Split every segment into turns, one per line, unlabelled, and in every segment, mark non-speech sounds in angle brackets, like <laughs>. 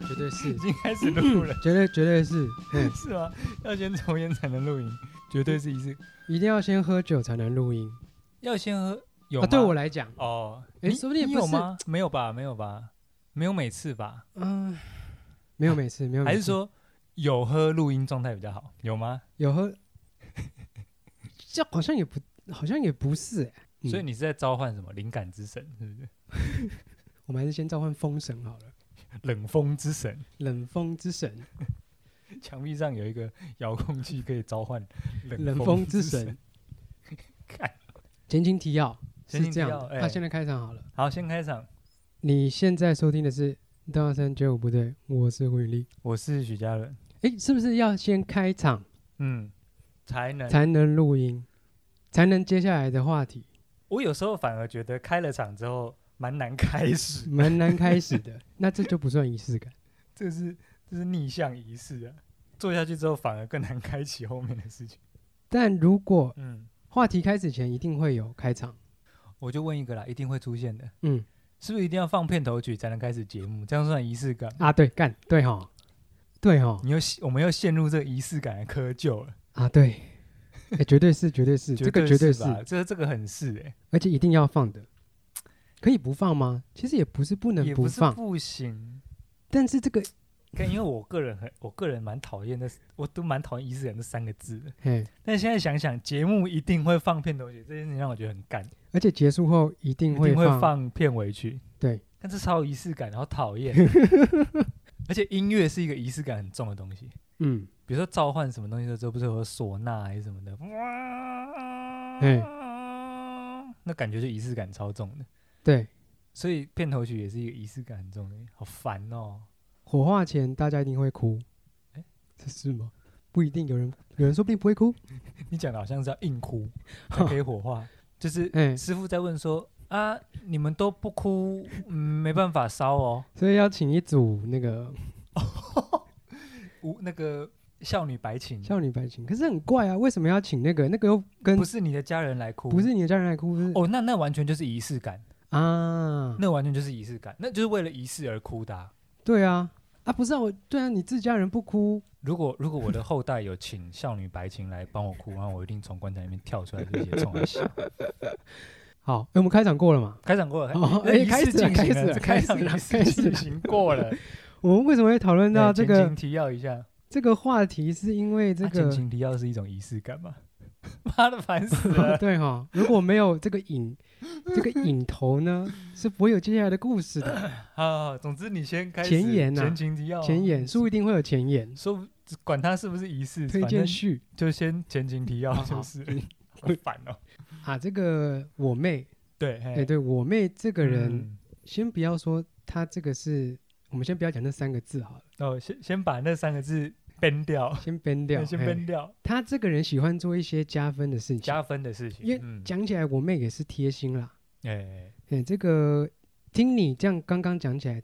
绝对是
已，经开始录了，
绝对绝对是，嘿
<laughs> 是吗？要先抽烟才能录影，
嗯
绝对是一次。
一定要先喝酒才能录音
要先喝有
啊。
吗？
对我来讲，
哦，
诶
你
说不定也
你
不
有
是
吗？没有吧，没有吧，没有每次吧？
嗯，没有每次，没有每次，
还是说有喝录音状态比较好？有吗？
有喝？ <laughs> 这好像也不，好像也不是、欸，嗯
所以你是在召唤什么灵感之神， <laughs> 是不是？
我们还是先召唤风神好了，
冷风之神， <laughs>
冷风之神，
墙壁上有一个遥控器可以召唤冷
冷
风
风之
神
神。
<laughs> 看，
前情提要
前
是
情提
这
要
样的，那、
哎
现在开场好了。
好，先开场。
你现在收听的是《大三九五不对》，我是胡云丽。
我是许嘉伦，
诶，是不是要先开场
嗯，才能。
才能录音，才能接下来的话题？
我有时候反而觉得开了场之后蛮难开始，
蛮难开始的，那这就不算仪式感。
这是这是逆向仪式啊。做下去之后反而更难开启后面的事情。
但如果
嗯，
话题开始前一定会有开场，
我就问一个啦，一定会出现的，
嗯
是不是一定要放片头曲才能开始节目？这样算仪式感？
啊，对，干对哈，对哈
你又我们又陷入这个仪式感的窠臼了，
啊，对，诶绝对是，绝对
<laughs>
是，这个绝对
对
是，
吧这这个很是哎、
而且一定要放的。可以不放吗？其实也不是不能
也
不
不是
放，
不行。
但是这个，
看，因为我个人很，我个人蛮讨厌的，我都蛮讨厌仪式感这三个字的。
嘿，
但现在想想，节目一定会放片头曲，这件事情让我觉得很干。
而且结束后一定
一
会
定会
放，
放片尾曲，
对，
但是超有仪式感，然后讨
<laughs>
厌。而且音乐是一个仪式感很重的东西，
嗯，
比如说召唤什么东西的时候，不是有唢呐还是什么的，
嘿
那感觉就仪式感超重的。
对，
所以片头曲也是一个仪式感很重的，好烦哦。
火化前大家一定会哭，
诶
这是吗？不一定，有人有人说不定不会哭，
你讲的好像是要
<laughs>
硬哭才可以火化，就是
哎，
师傅在问说啊，你们都不哭，嗯，没办法烧哦。
所以要请一组那个
无那个少女白琴
少女白情，可是很怪啊，为什么要请那个？那个又跟
不是你的家人来哭，
不是你的家人来哭是
哦，那那完全就是仪式感，
啊？
那完全就是仪式感，那就是为了仪式而哭的啊、
对啊，啊不是啊，我对啊，你自己家人不哭，
如果如果我的后代有请少女白琴来帮我哭，然后我一定从棺材里面跳出来，这些冲来
<laughs>
笑。
好，哎诶我们开场过了嘛？
开场过了，
哦
那
哎
仪
开
式
始了
进行了，这开
开始
场
了
仪
开
式
始了
进行
<laughs>
过了。
我们为什么会讨论到
那
这个
前情提要一下，
这个话题？是因为这
啊
个
前
<laughs>
情提要是一种仪式感吗？ <laughs> 妈的，烦死
<laughs>
了！
对哈、如果没有这个引这个引头呢，是不会有接下来的故事的。
啊，总之你先开始
前言啊
前情提要啊，
前言书一定会有前言，
说不管它是不是仪式，
推
反
荐
正
序
就先前情提要
好
就
好 <laughs>
是了，
嗯
好烦哦。
啊。这个我妹，
对，
哎、
嘿
对我妹这个人，
嗯
先不要说她这个是，我们先不要讲那三个字好了，
哦，先先把那三个字编掉，
先 ban 掉。
<laughs> 先
哎
编掉，
她这个人喜欢做一些加分的事情，
加分的事情。
因为
嗯，
讲起来我妹也是贴心啦。
哎，
哎、这个听你这样刚刚讲起来，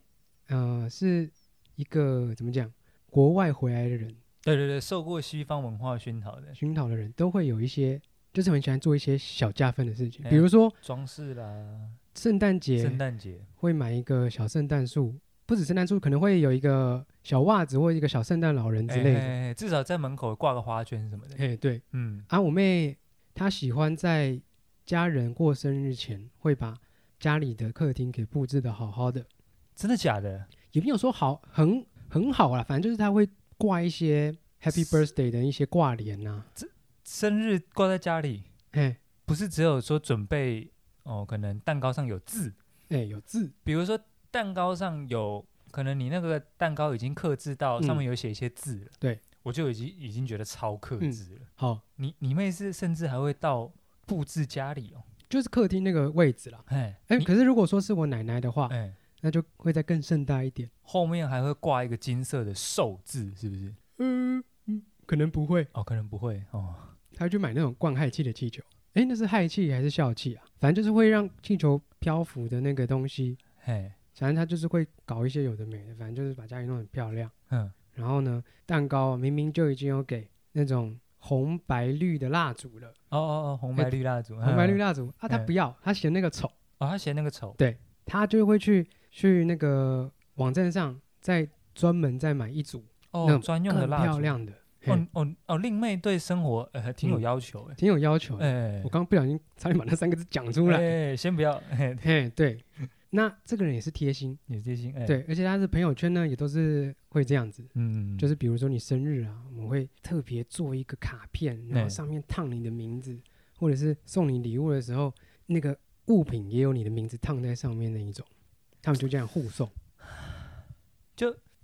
呃，是一个怎么讲？国外回来的人，
对对对，受过西方文化熏陶的
熏陶的人都会有一些，就是很喜欢做一些小加分的事情，
哎呀
比如说
装饰啦，
圣诞节
圣诞节，
会买一个小圣诞树，不止圣诞树，可能会有一个小袜子或一个小圣诞老人之类的。哎、
哎哎哎至少在门口挂个花圈什么的。
对，
嗯，
啊，我妹她喜欢在家人过生日前，会把家里的客厅给布置的好好的，
真的假的？
也没有说好很很好啦，反正就是她会挂一些 Happy Birthday 的一些挂帘啊呐、
生日挂在家里，
哎、
不是只有说准备哦，可能蛋糕上有字，
哎、有字，
比如说蛋糕上有，可能你那个蛋糕已经克制到上
嗯
面有写一些字了，
对，
我就已经已经觉得超克
嗯
制了。
好，
你你妹是甚至还会到布置家里哦，
就是客厅那个位置啦。
哎
哎、
你
可是如果说是我奶奶的话，
哎，
那就会再更盛大一点。
后面还会挂一个金色的寿字，是不是？
嗯嗯，可能不会，
哦，可能不会哦，
她会去买那种灌氦气的气球。哎、那是氦气还是笑气啊？反正就是会让气球漂浮的那个东西，
嘿，
反正她就是会搞一些有的没的，反正就是把家里弄得很漂亮。
嗯，
然后呢，蛋糕明明就已经有给那种红白绿的蜡烛了，
哦哦哦，红白绿蜡烛，
红白绿
蜡，
蜡烛啊，她
嗯
不要，她嫌那个丑，
哦，他嫌那个丑，
她就会去去那个网站上再专门在买一组那
哦，
种
专用的
更
蜡
漂
烛。
亮的，嘿
哦哦哦，令妹对生活呃还挺有要求哎、
挺有要求的。
哎，
我刚刚不小心差点把那三个字讲出来。
哎，先不要，哎，
嘿，对，那这个人也是贴心，
你贴心，哎，，
对，而且他的朋友圈呢也都是会这样子，
嗯，
就是比如说你生日啊，我们会特别做一个卡片，然后
哎
上面烫你的名字，或者是送你礼物的时候，那个物品也有你的名字烫在上面那一种，他们就这样互送。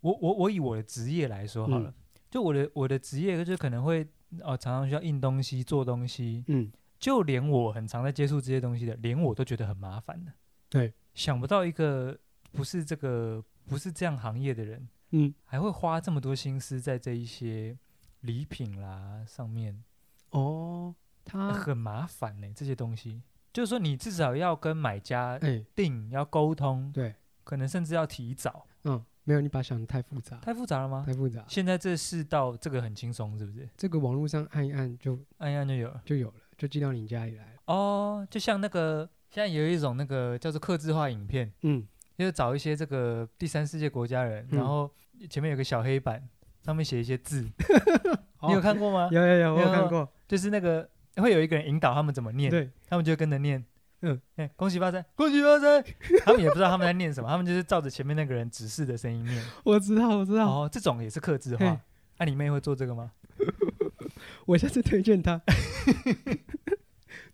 我我我以我的职业来说好了，
嗯
就我的我的职业就可能会哦、常常需要印东西、做东西，
嗯，
就连我很常在接触这些东西的，连我都觉得很麻烦的。
对，
想不到一个不是这个不是这样行业的人，
嗯，
还会花这么多心思在这一些礼品啦上面，
哦，他
很麻烦呢、这些东西。就是说，你至少要跟买家
哎、
定，要沟通，
对，
可能甚至要提早。
嗯，没有，你把它想的太复杂，
太复杂了吗？
太复杂。
现在这世道，这个很轻松，是不是？
这个网络上按一按就
按一按就有了。
就有了，就寄到你家里来了。
哦，就像那个现在有一种那个叫做刻字化影片，
嗯，
就是找一些这个第三世界国家人，
嗯
然后前面有个小黑板，上面写一
<laughs>
些字，
哦
你有看过吗？
有有有，我有
有
看过。
就是那个会有一个人引导他们怎么念，
对，
他们就会跟着念。
嗯
嗯，哎恭喜发财，恭喜发财！他们也不知道他们在念什么，他们就是照着前面那个人指示的声
<laughs>
音念。
我知道，我知道。
哦，这种也是刻字
嘿
化。那、你妹会做这个吗？
我下次推荐他。 <laughs>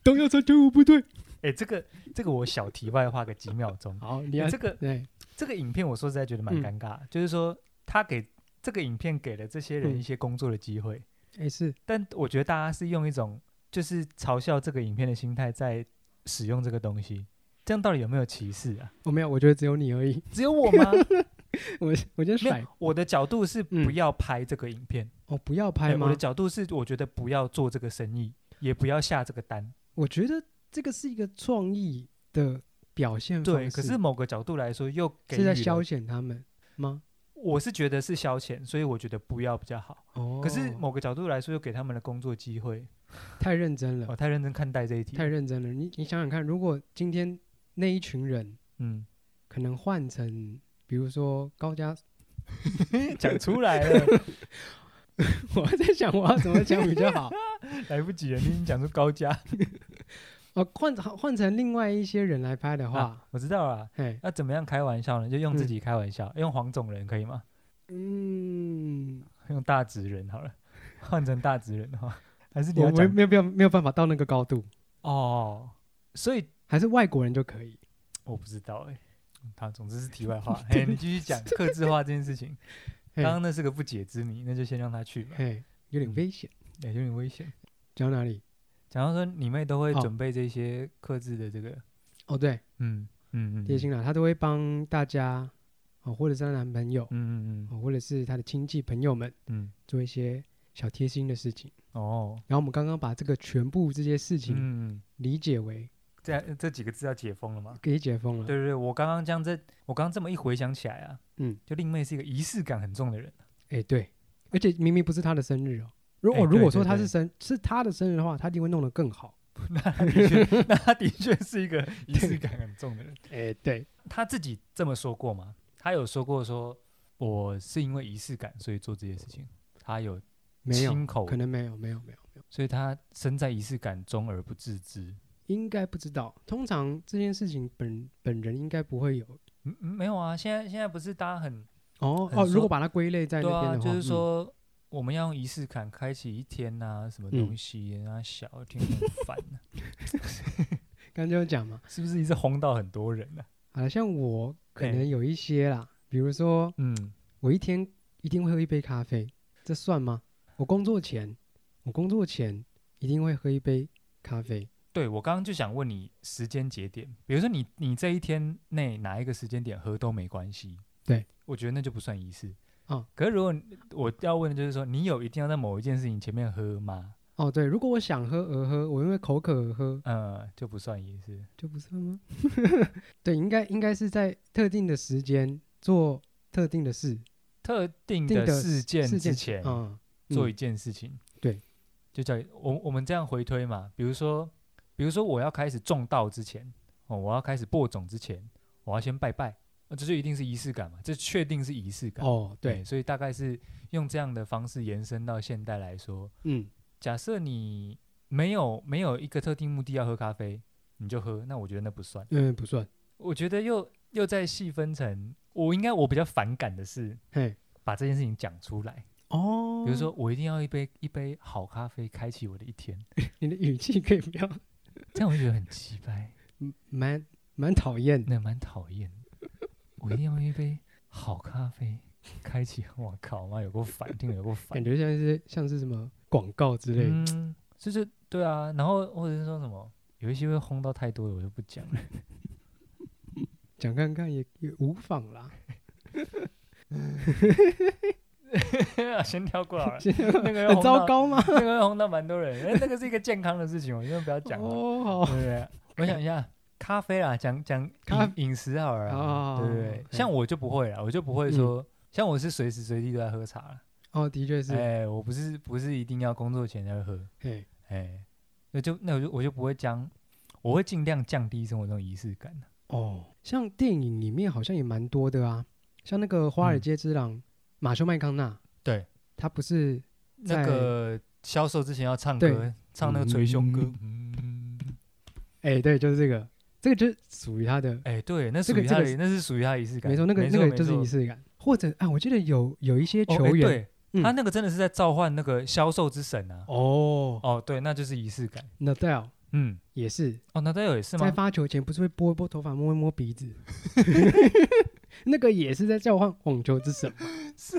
东要参军务部队。
哎、这个这个我小题外话个几秒钟。
好，你
哎
要、
这个
对，
这个影片我说实在觉得蛮
嗯
尴尬，就是说他给这个影片给了这些人
嗯
一些工作的机会，
哎、是，
但我觉得大家是用一种就是嘲笑这个影片的心态在使用这个东西，这样到底有没有歧视啊？
<laughs> 我哦没有，我觉得只有你而已。
只有我吗？ <laughs>
我我觉得
没
甩
有，我的角度是
嗯
不要拍这个影片，
哦，不要
哎
拍吗？
我的角度是我觉得不要做这个生意，也不要下这个单。
我觉得这个是一个创意的表现方
对，
式，
可是某个角度来说又给
是在
予了
消，遣他们吗？
我是觉得是消遣，所以我觉得不要比较好。
哦，
可是某个角度来说，又给他们的工作机会。
太认真了，
我太认真看待这一题
太。认真了。你你想想看，如果今天那一群人
嗯，
可能换成，比如说高家，
讲出来了，
<laughs>
<laughs>
我还在想我要怎么讲比较 <laughs> 好。
来不及了，你已经讲出高家。
哦，换换成另外一些人来拍的话，
<laughs> 啊我知道了。
哎，
那怎么样开玩笑呢？就用自己开玩笑，用黄种人可以吗？ <laughs>
嗯，
用大直人好了， <laughs> 换成大直人的话，还是你
我
要
没
讲
没有没有没有办法到那个高度，
哦？所以
还是外国人就可以。
我不知道哎、好，总之是题
<laughs>
外话。嘿，你继续讲克制化这件事情。
嘿
刚刚那是个不解之谜，那就先让他去吧，
嘿，有点
嗯
危险。
也有点危险。
讲到哪里？
假如说你妹都会
好
准备这些克制的这个，
哦，对，
嗯嗯嗯，
贴心啦，她都会帮大家，哦，或者是她男朋友，
嗯嗯嗯
哦，或者是她的亲戚朋友们
嗯，
做一些小贴心的事情。
哦，
然后我们刚刚把这个全部这些事情
嗯，
理解为
这样这几个字要解封了吗？
可以解封了。
对对对，我刚刚这样这，我刚刚这么一回想起来啊，
嗯，
就令妹是一个仪式感很重的人， <laughs>
哎，对，而且明明不是她的生日哦。如果
哎
如果
对
说
对
她是
对
生是她的生日的话，她一定会弄得更好。
她的确，那她的确是一个仪式感很重的人。
哎，对，
她自己这么说过吗？她有说过说我是因为仪式感所以做这些事情，她有
没有，
亲口，
可能没有，没有，没有，没有，
所以她身在仪式感中而不自知。
应该不知道。通常这件事情本本人应该不会有。
嗯，嗯没有啊，现在现在不是大家很
哦
很
哦，
说
如果把它归类在那
对
边
啊，
的话，
就是
嗯
说、我们要用仪式感开启一天呐、什么
嗯
东西啊，小听很烦、啊， <laughs>
刚刚就有讲嘛，
是不是一直轰到很多人呢、啊
好像我可
哎
能有一些啦，比如说
嗯，
我一天一定会喝一杯咖啡，这算吗？我工作前，我工作前一定会喝一杯咖啡。
对我刚刚就想问你时间节点，比如说你你这一天内哪一个时间点喝都没关系，
对
我觉得那就不算仪式。
哦
可是如果我要问的就是说，你有一定要在某一件事情前面喝吗？
哦，对，如果我想喝而喝，我因为口渴而喝，
呃，就不算仪式。
就不算吗？ <laughs> 对，应该应该是在特定的时间做特定的事，
特定
定
的
的
事件
事
之
件
前
嗯，
做
嗯
一件事情，
对，
就叫我我们这样回推嘛，比如说，比如说我要开始种稻之前，哦，我要开始播种之前，我要先拜拜，呃这就一定是仪式感嘛，这确定是仪式感。
哦，对，
所以大概是用这样的方式延伸到现代来说，
嗯，
假设你没有没有一个特定目的要喝咖啡，你就喝，那我觉得那不算。
嗯，不算，
我觉得又又再细分成，我应该我比较反感的是
嘿，
把这件事情讲出来，
哦，
比如说我一定要一杯一杯好咖啡开启我的一天，
你的语气可以不要，
这样我就觉得很奇怪，
嗯蛮蛮讨厌的，
那蛮讨厌的。我一定要一杯好咖啡开启，我靠妈有够烦，听了有够烦
感。觉像是像是什么广告之类的，
嗯，就是对啊，然后或者是说什么，有一些会轰到太多的，我就不讲了。
讲看看也也无妨啦。
<laughs> 先跳过好了，
现在
那个
很糟，糕吗？
那个会轰到蛮多人，那那个是一个健康的事情，我觉得不要讲啊 <laughs> 了，
哦，好，
对不对？我想一下，咖啡啦，讲讲
咖
饮饮食好了
哦
啦，对不对？
OK
像我就不会啦，我就不会
嗯
说，像我是随时随地都在喝茶啦，
哦，的确是，
哎，我不是不是一定要工作前才会喝，
嘿，
哎，那就那我就我就不会将，我会尽量降低生活中仪式感。
哦，像电影里面好像也蛮多的啊，像那个《华尔
嗯
街之狼》，马修麦康纳，
对，
他不是
那
在
个销售之前要唱
对
歌，唱那个捶胸歌。嗯，
哎、对，就是这个，这个就是属于他的，
哎、对，那
这
属
个
于
这
他
个
的，那是属于他的仪式感。
没错，那个
没
那个就是
没
仪式感。或者啊，我记得有有一些
错
球
哦哎
员嗯
对，他那个真的是在召唤那个销售之神啊。
哦
哦，对，那就是仪式感。
n a d a l
嗯，
也是
哦，那都有也是
在
吗？
发球前不是会拨一拨头发，摸一摸鼻子， <laughs> 那个也是在召唤网球之神嘛，是，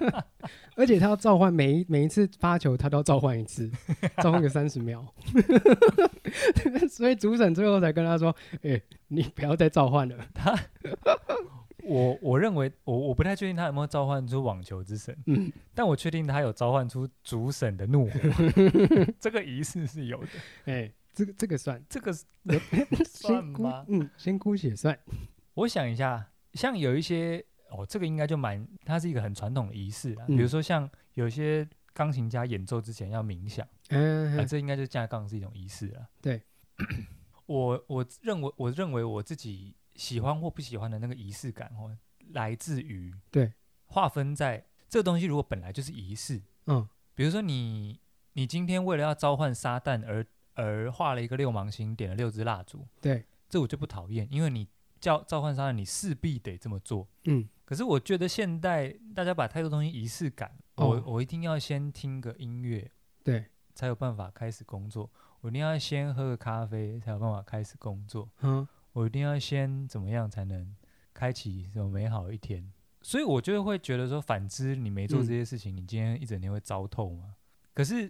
<laughs> 而且他要召唤每一每一次发球，他都要召唤一
<laughs>
次，召唤个三十秒， <laughs> 所以主审最后才跟他说：“哎、你不要再召唤了。
我我认为我我不太确定他有没有召唤出网球之神，
嗯
但我确定他有召唤出主神的怒火， <laughs> 这个仪式是有的。
哎，这个这个
<laughs>
算
这个是算
先姑
吗？
嗯，先姑且算。
我想一下，像有一些哦，这个应该就蛮，它是一个很传统的仪式啦。
嗯
比如说像有一些钢琴家演奏之前要冥想，
嗯、
啊，这应该就是架杠是一种仪式啦。
对，
<clears throat> 我我认为我认为我自己喜欢或不喜欢的那个仪式感哦，来自于
对
划分在这个东西如果本来就是仪式，
嗯，
比如说你你今天为了要召唤撒旦而而画了一个六芒星，点了六支蜡烛，
对，
这我就不讨厌，因为你叫召唤撒旦，你势必得这么做。
嗯，
可是我觉得现代大家把太多东西仪式感，
哦
我我一定要先听个音乐
对，
才有办法开始工作，我一定要先喝个咖啡才有办法开始工作，
嗯，
我一定要先怎么样才能开启什么美好一天。所以我就会觉得说，反之你没做
嗯
这些事情，你今天一整天会糟透吗？可是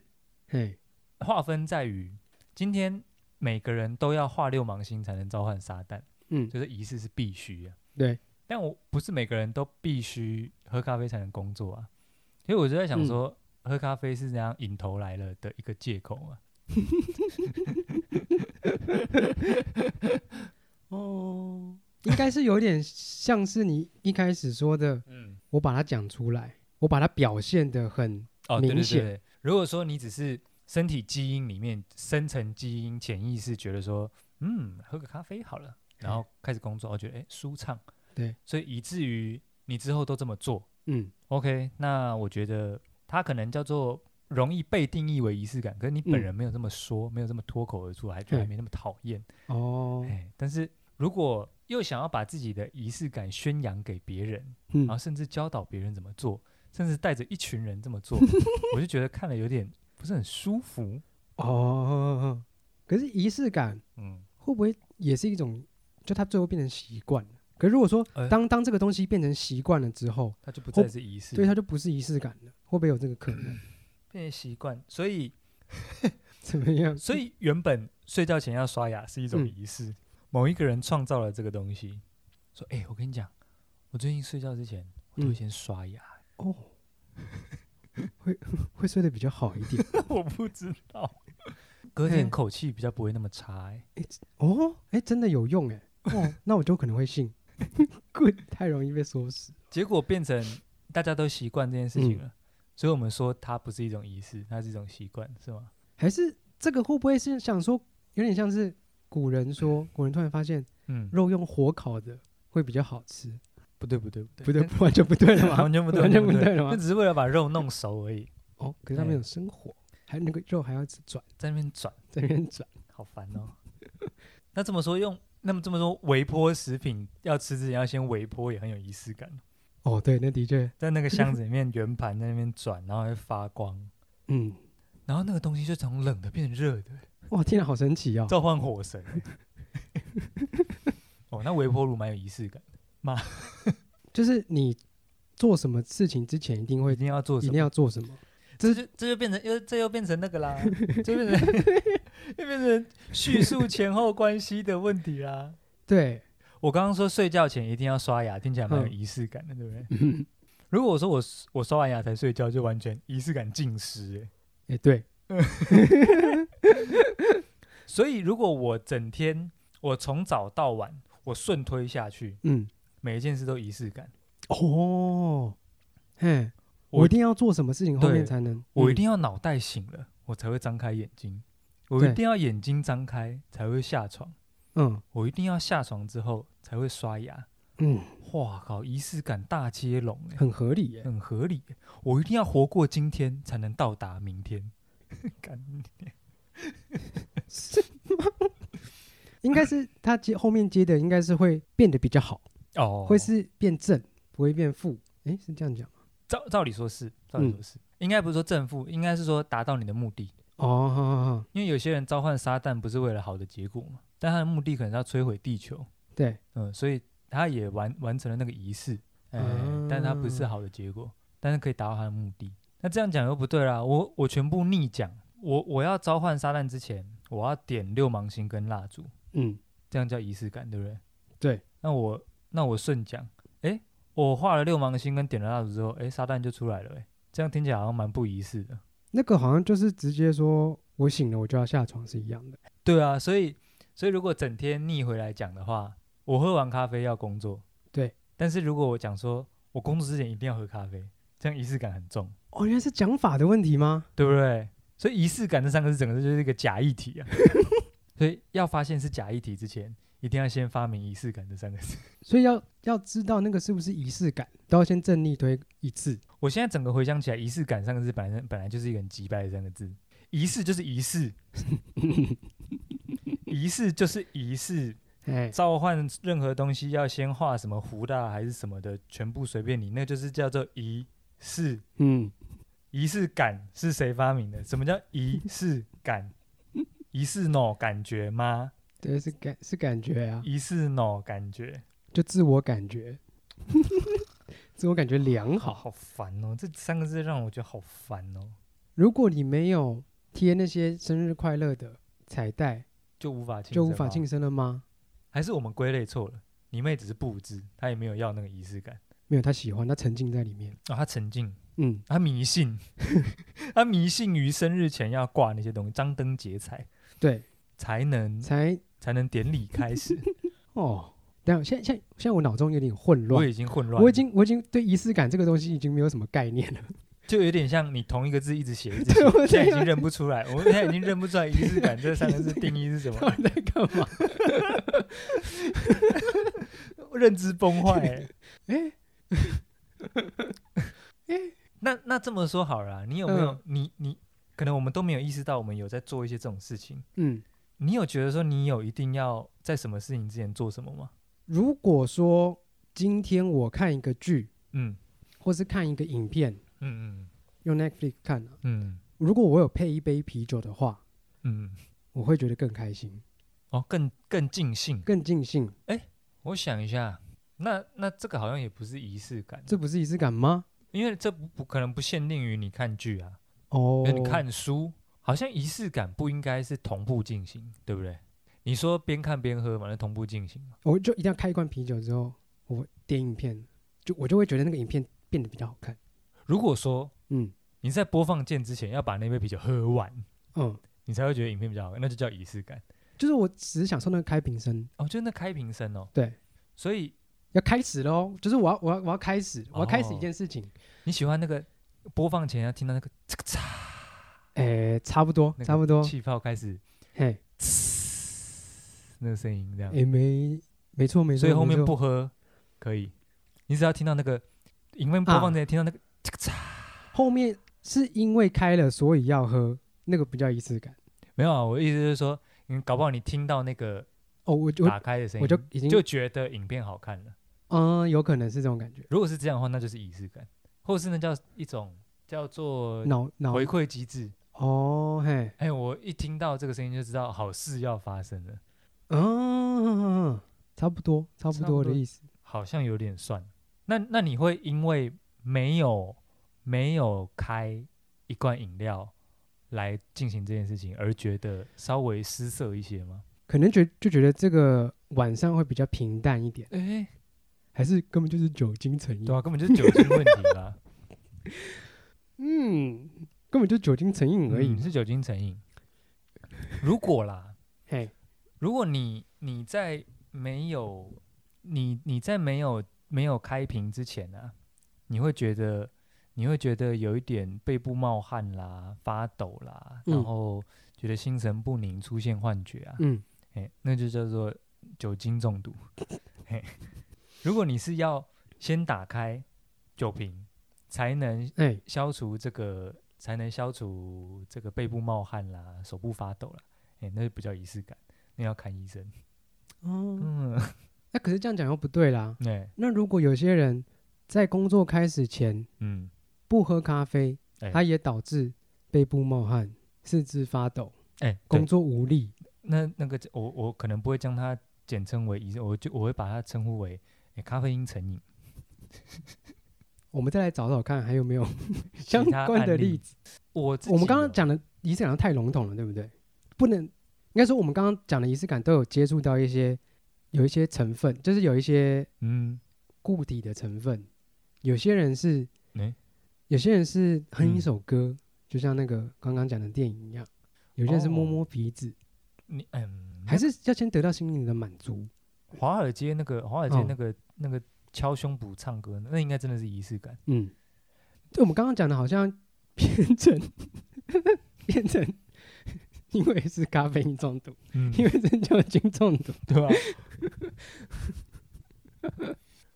嘿，
划分在于今天每个人都要画六芒星才能召唤撒旦，
嗯，
就是仪式是必须啊。
对，
但我不是每个人都必须喝咖啡才能工作啊，所以我就在想
嗯
说，喝咖啡是这样引头来了的一个借口啊。
哦，应该是有点像是你一开始说的，
嗯，
我把它讲出来，我把它表现的很，
哦，对对
明
对
显
对，如果说你只是身体基因里面深层基因潜意识觉得说，嗯，喝个咖啡好了，然后开始工作，我觉得哎舒畅，
对，
所以以至于你之后都这么做，
嗯
OK，那我觉得它可能叫做容易被定义为仪式感，可是你
嗯
本人没有这么说，没有这么脱口而出，还觉得还
嗯
没那么讨厌。
哦，
哎，但是如果又想要把自己的仪式感宣扬给别人，
嗯
然后甚至教导别人怎么做，甚至带着一群人这么做，我就觉得看了有点不是很舒服。
哦，可是仪式感
嗯，
会不会也是一种，就它最后变成习惯了？可是如果说
呃
当当这个东西变成习惯了之后，
它就不
或
再是仪
哦
式，
对它就不是仪式感了，会不会有这个可
<laughs>
能？
变成习惯。所以，
怎么样？
所以原本睡觉前要刷牙是一种
嗯
仪式，某一个人创造了这个东西，说：“哎、我跟你讲，我最近睡觉之前，我都会
嗯
先
<laughs>
刷牙。 <laughs>
哦，会会睡得比较好一点
我不知道，隔天
嘿
口气比较不会那么差、欸。
哦，哎，真的有用哎，哦，那我就可能会
<laughs>
信，good，太容易被说死，
结果变成大家都习惯这件事情
嗯
了，所以我们说它不是一种仪式，它是一种习惯，是吗？
还是这个会不会是想说，有点像是古人说，古人突然发现
嗯，
肉用火烤的会比较好吃。
不对不对不对
不对， <laughs> 完全不对了嘛
<laughs> 完。全不
<laughs>
对，
完全不
不
对了吗
那只是为了把肉弄熟而已，
哦，可是
哎
他们有生火，还有那个肉还要转
在那边转，
在那边转。
好烦哦。 <laughs> 那这么说用，那么这么说，微波食品要吃之前要先微波，也很有仪式感。
哦，对，那的确，
在那个箱子里面，圆盘在那边转，然后会发光，
嗯，
然后那个东西就从冷的变热的，
哇，天啊，好神奇哦！
召唤火神 <laughs> 欸。哦，那微波炉蛮有仪式感，
就是你做什么事情之前一定
一
会
定要做什
一
么
定？要做什么，
这就这就变成又这又变成那个啦，就变成 <laughs> 又变成叙述前后关系的问题啦。
对，
我刚刚说睡觉前一定要刷牙，听起来蛮有
嗯
仪式感的，
<laughs>
对不对？如果我说我我刷完牙才睡觉，就完全仪式感尽失、欸。
哎，对，
所以如果我整天我从早到晚我顺推下去，
嗯，
每一件事都仪式感，
哦，嘿，
我
我一定要做什么事情后
对
面才能，
我一
嗯
定要脑袋醒了，我才会张开眼睛，我
对
一定要眼睛张开才会下床，
嗯
我一定要下床之后才会刷牙。
嗯，
哇靠，仪式感大接龙哎、
很合理耶，
很合理欸、我一定要活过今天，才能到达明天。 <laughs> 干你
应该 <laughs> 是他接后面接的应该是会变得比较好，
哦，
会是变正，不会变负，哎，是这样讲吗
照照理说是，照理说
嗯
是，应该不是说正负，应该是说达到你的目的。
哦，好好好，
因为有些人召唤撒旦不是为了好的结果嘛，但他的目的可能是要摧毁地球，
对，
嗯，所以他也完完成了那个仪式，哎、但他不是
啊
好的结果，但是可以达到他的目的。那这样讲又不对啦，我我全部逆讲，我我要召唤撒旦之前，我要点六芒星跟蜡烛，
嗯，
这样叫仪式感，对不对？
对。
那我那我顺讲，诶，我画了六芒星跟点了蜡烛之后，诶，撒旦就出来了、诶，这样听起来好像蛮不仪式的。
那个好像就是直接说我醒了我就要下床是一样的，
对啊，所以所以如果整天逆回来讲的话，我喝完咖啡要工作，
对。
但是如果我讲说我工作之前一定要喝咖啡，这样仪式感很重，
哦，原来是讲法的问题吗？
对不对？所以仪式感这三个字整个就是一个假议题啊。所以要发现是假议题之前，一定要先发明仪式感这三个字。
所以要要知道那个是不是仪式感，都要先正逆推一次。
我现在整个回想起来，仪式感三个字本来本来就是一个很击败的三个字，仪式就是
<laughs>
仪式，仪式就是仪式，
哎，
召唤任何东西要先画什么符啦还是什么的，全部随便你，那就是叫做仪式。
嗯，
仪式感是谁发明的？什么叫仪式感？仪式 no 感觉吗？
对，是感是感觉啊，
仪式 no 感觉，
就自我感 <laughs> 觉，自我感觉良
好
好。
好烦哦！这三个字让我觉得好烦哦，
如果你没有贴那些生日快乐的彩带，
就无法庆，
就无法庆，生了吗？
还是我们归类错了？你妹只是布置，她也没有要那个仪式感
没有，他喜欢，他沉浸在里面。
啊、她沉浸，
嗯，
她迷信， <laughs> 她迷信于生日前要挂那些东西，张灯结彩
对，
才能
才
才能典礼开始。
哦。但现在现在现在我脑中有点混 <laughs>
我
乱，
已经混乱了，
我已经我已经对仪式感这个东西已经没有什么概念了。
就有点像你同一个字一直写，一直
<laughs> 对
写，
我
现在已
对
经认不出来，我现在已经认不出来仪式感 <laughs> 这三个字定义是什
到
么，
底在干嘛？
认知崩坏、欸。
<laughs>
<laughs>
哎，
那那这么说好了啊，你有没有、
嗯
你你可能我们都没有意识到我们有在做一些这种事情，
嗯，
你有觉得说你有一定要在什么事情之前做什么吗？
如果说今天我看一个剧，
嗯
或是看一个影片，
嗯
用 Netflix 看、啊，
嗯嗯
如果我有配一杯啤酒的话，
嗯，
我会觉得更开心、
哦，更更尽兴。
更尽兴。
我想一下，那那这个好像也不是仪式感，
这不是仪式感吗？
因为这不不可能不限定于你看剧啊，
哦
因，为你看书，好像仪式感不应该是同步进行，对不对？你说边看边喝嘛，那同步进行嘛。
我就一定要开一罐啤酒之后，我点影片，就我就会觉得那个影片变得比较好看。
如果说
嗯
你在播放键之前要把那杯啤酒喝完，
嗯，
你才会觉得影片比较好看，那就叫仪式感。
就是我只是享受那个开瓶声，
哦，就是那开瓶声哦。
对，
所以
要开始喽，就是我要我要我要开始，我要开始
哦
一件事情。
你喜欢那个播放前要听到那个
诶，差不多
那，个
差不多，
气泡开始
嘿，
那个声音这样，
诶，没没错没错，
所以后
没
面
错
不喝可以。你只要听到那个影
啊
片播放之前听到那个这个嚓，
后面是因为开了，所以要喝，那个比较仪式感。
没有啊，我的意思就是说，你搞不好你听到那个
哦，我就
打开的声音，
我就已经
啊就觉得影片好看了。
嗯，有可能是这种感觉，
如果是这样的话，那就是仪式感，或者是那叫一种叫做
脑脑
回馈机制。
哦嘿，
哎、我一听到这个声音就知道好事要发生了，
嗯，差不多差不
差
多
不
的
多
意思。
好像有点算。那那你会因为没有没有开一罐饮料来进行这件事情而觉得稍微失色一些吗？
可能觉就觉得这个晚上会比较平淡一点，
哎、
还是根本就是酒精成瘾
对？啊，根本就是酒精问题啦，
嗯，根本就酒精成瘾而已
嗯。是酒精成瘾。如果啦，
嘿，
如果你你在没有你你在没有没有开屏之前啊，你会觉得你会觉得有一点背部冒汗啦、发抖啦，
嗯
然后觉得心神不宁、出现幻觉啊，
嗯，
哎、那就叫做酒精中毒。嘿如果你是要先打开酒瓶才能
哎，
消除这个，才能消除这个背部冒汗啦、手部发抖啦，哎、那就不叫仪式感，那要看医生。
哦，
嗯，
那可是这样讲又不对啦。
<laughs> 对、
那如果有些人在工作开始前
嗯，
不喝咖啡，
哎
他也导致背部冒汗、四肢发抖、
哎、
工
对
作无力。
那那个我我可能不会将它简称为仪式，我就我会把它称呼为、哎咖啡因成瘾。
我们再来找找看还有没 <laughs> 有
其
相
他
关
案
的
例
例子。
我自
我们
己
刚
有
刚讲的仪式感太笼统了，对不对？不能，应该说我们刚刚讲的仪式感都有接触到一些有一些成分，就是有一些
嗯，
固体的成分。有些人是，
哎
有些人是哼一
嗯
首歌，就像那个刚刚讲的电影一样；有些人是摸
哦
摸鼻子，
你嗯，
还是要先得到心灵的满足。
华尔街那个华尔街
嗯
那个、那个敲胸脯唱歌，那应该真的是仪式感。
嗯，对，我们刚刚讲的好像 <laughs> 变成 <laughs> 变成，因为是咖啡因中毒，
嗯，
因为是酒精中 <laughs> 毒。
<laughs> 对吧、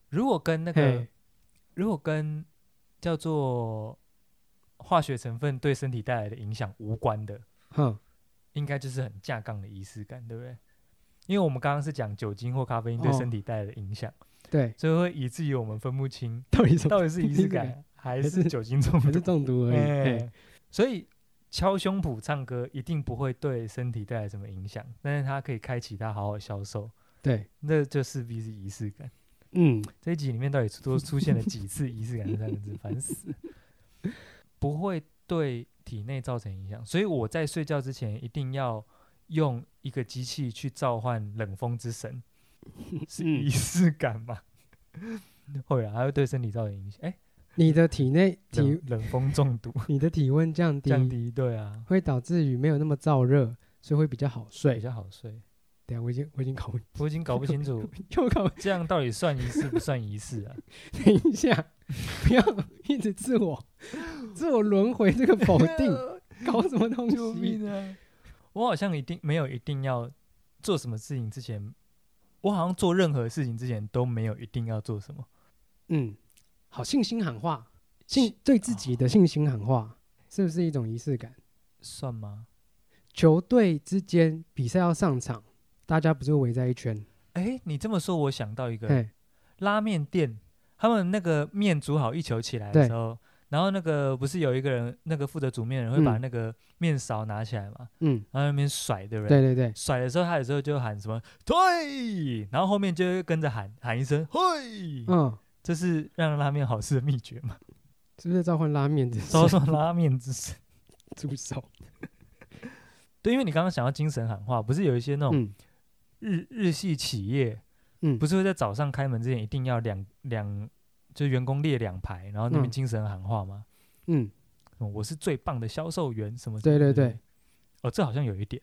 如果跟那个
嘿，
如果跟叫做化学成分对身体带来的影响无关的，
哼，
应该就是很架杠的仪式感，对不对？因为我们刚刚是讲酒精或咖啡因对
哦
身体带来的影响，
对，
所以会以至于我们分不清
<laughs> 到底什么
到底是仪式感还
还
是
是
酒精中
还
毒
是。中毒 <laughs> 而已。
哎、
嘿
所以敲胸脯唱歌一定不会对身体带来什么影响，但是它可以开启它好好销售，
对，
那就势必是仪式感。
嗯，
这一集里面到底多出现了几次“仪式感”这三个字，烦死了！不会对体内造成影响，所以我在睡觉之前一定要用一个机器去召唤冷风之神，是
嗯
仪式感吗？会啊，还会对身体造成影响。哎、
你的体内 <laughs> 体
冷冷风中毒
你的体温降低，
降低，对啊，
会导致于没有那么燥热，所以会比较好
比
睡。
较好睡。
等一下我已经我已经搞
我已经搞不清楚
<laughs> 又搞，
这样到底算仪式不算仪式啊？
等一下， <laughs> 不要一直自我自我轮回这个否哦定，
<laughs>
搞什么东
救
西？
命啊！我好像一定没有一定要做什么事情之前，我好像做任何事情之前都没有一定要做什么。
嗯，好，信心喊话，信对自己
啊
的信心喊话，是不是一种仪式感？
算吗？
球队之间比赛要上场，大家不是围在一圈？
哎，你这么说，我想到一个
嘿，
拉面店，他们那个面煮好一球起来的
对
时候，然后那个不是有一个人，那个负责煮面的人会把
嗯
那个面勺拿起来嘛，
嗯，
然后在那边甩，对不
对对对，
甩的时候，他有时候就喊什么“退”，然后后面就会跟着喊喊一声“嘿”，
嗯，
这是让拉面好吃的秘诀嘛？
是不是召唤拉面的
招送拉面之神。
助手？
对，因为你刚刚想要精神喊话，不是有一些那种
嗯
日、日系企业，
嗯，
不是会在早上开门之前一定要两两，就是员工列两排，然后那边
嗯
精神喊话吗？
嗯，
嗯我是最棒的销售员，什么什
对对
么之类
对
的。哦，这好像有一点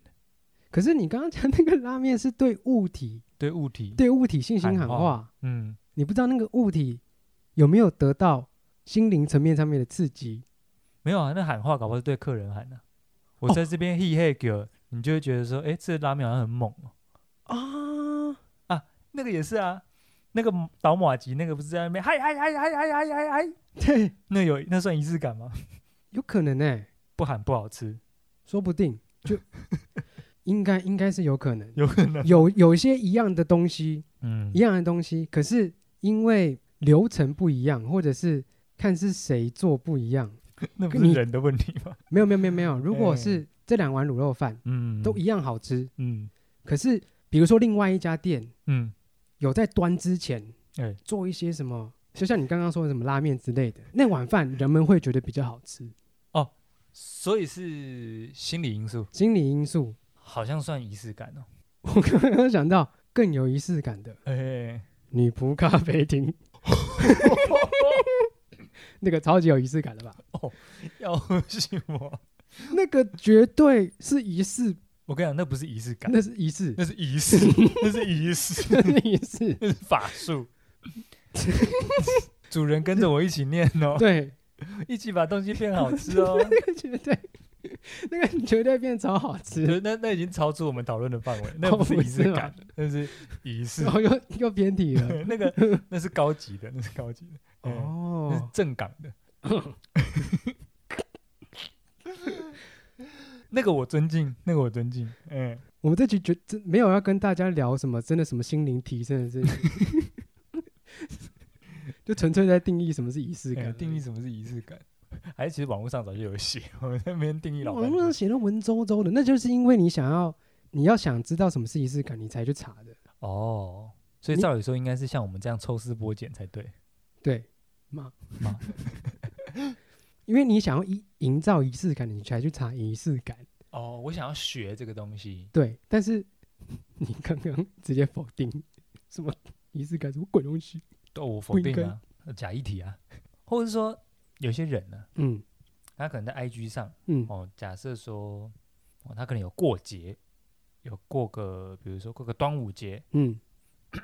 可是你刚刚讲那个拉面是对物体 <laughs>
对物体，
对物体信心喊
喊
话
话，嗯，
你不知道那个物体有没有得到心灵层面上面的刺激？
没有啊，那喊话搞不好是对客人喊的、我
哦
在这边嘿嘿给，你就会觉得说，哎，这拉面好像很猛哦。
啊，
那个也是啊，那个倒马吉那个不是在那边嗨嗨嗨嗨嗨嗨嗨嗨，
对，
那有那算仪式感吗？
有可能哎、
不喊不好吃，
说不定
<laughs>
就应该应该是有可能，
有可能。
有有一些一样的东西，
嗯
一，样的东西，可是因为流程不一样，或者是看是谁做不一样，
那不是人的问题吗？
没有没有没有没有，如果
哎
是这两碗卤肉饭
<laughs> 嗯，
都一样好吃，
嗯
可是比如说另外一家店
嗯
有在端之前
哎
做一些什么，就像你刚刚说的什么拉面之类的，那碗饭人们会觉得比较好吃，
所以是心理因素，
心理因素。 <laughs>
好像算仪式感哦。
我刚刚想到更有仪式感的
哎，
女仆咖啡厅， <laughs> 那个超级有仪式感的吧？
<laughs> 要喝醒我。
那个绝对是仪式，
我跟你讲，那不是仪式感，
那是仪式，
那是仪 <laughs> 式，那是仪式， <laughs>
那是仪式。
那是法 <laughs> 术。主人跟着我一起念哦，
对，
<laughs> 一起把东西变好吃 <laughs> 哦。
那个绝对，那个绝对变超好吃。
那那那已经超出我们讨论的范围，那不是仪式感，那是仪式 <laughs>
然。后哦又又偏题了。
那个那是高级的，那是高级的，哦，那是
哦，
正港
<laughs>
的。那个我尊敬，那个我尊敬，嗯，
我们这局绝真没有要跟大家聊什么真的什么心灵提升的事
<laughs>
情，就纯粹在定义什么是仪式
哎
感。
定义什么是仪式感？还是其实网络上早就有写，我在那边定义老
网
半
络上
天。
写的文绉绉的，那就是因为你想要，你要想知道什么是仪式感，你才去查的。
哦，所以
你
照理说应该是像我们这样抽丝剥茧才对。
对，嘛
嘛
<laughs> 因为你想要营营造仪式感，你才去查仪式感。
哦，我想要学这个东西，
对，但是 <laughs> 你刚刚直接否定什么仪式感，什么鬼东西？
哦，我否
不应
定啊，假议题啊，或者是说有些人呢、
嗯
他可能在 IG 上
嗯
哦，假设说、哦、他可能有过节，有过个，比如说过个端午节，
嗯。
他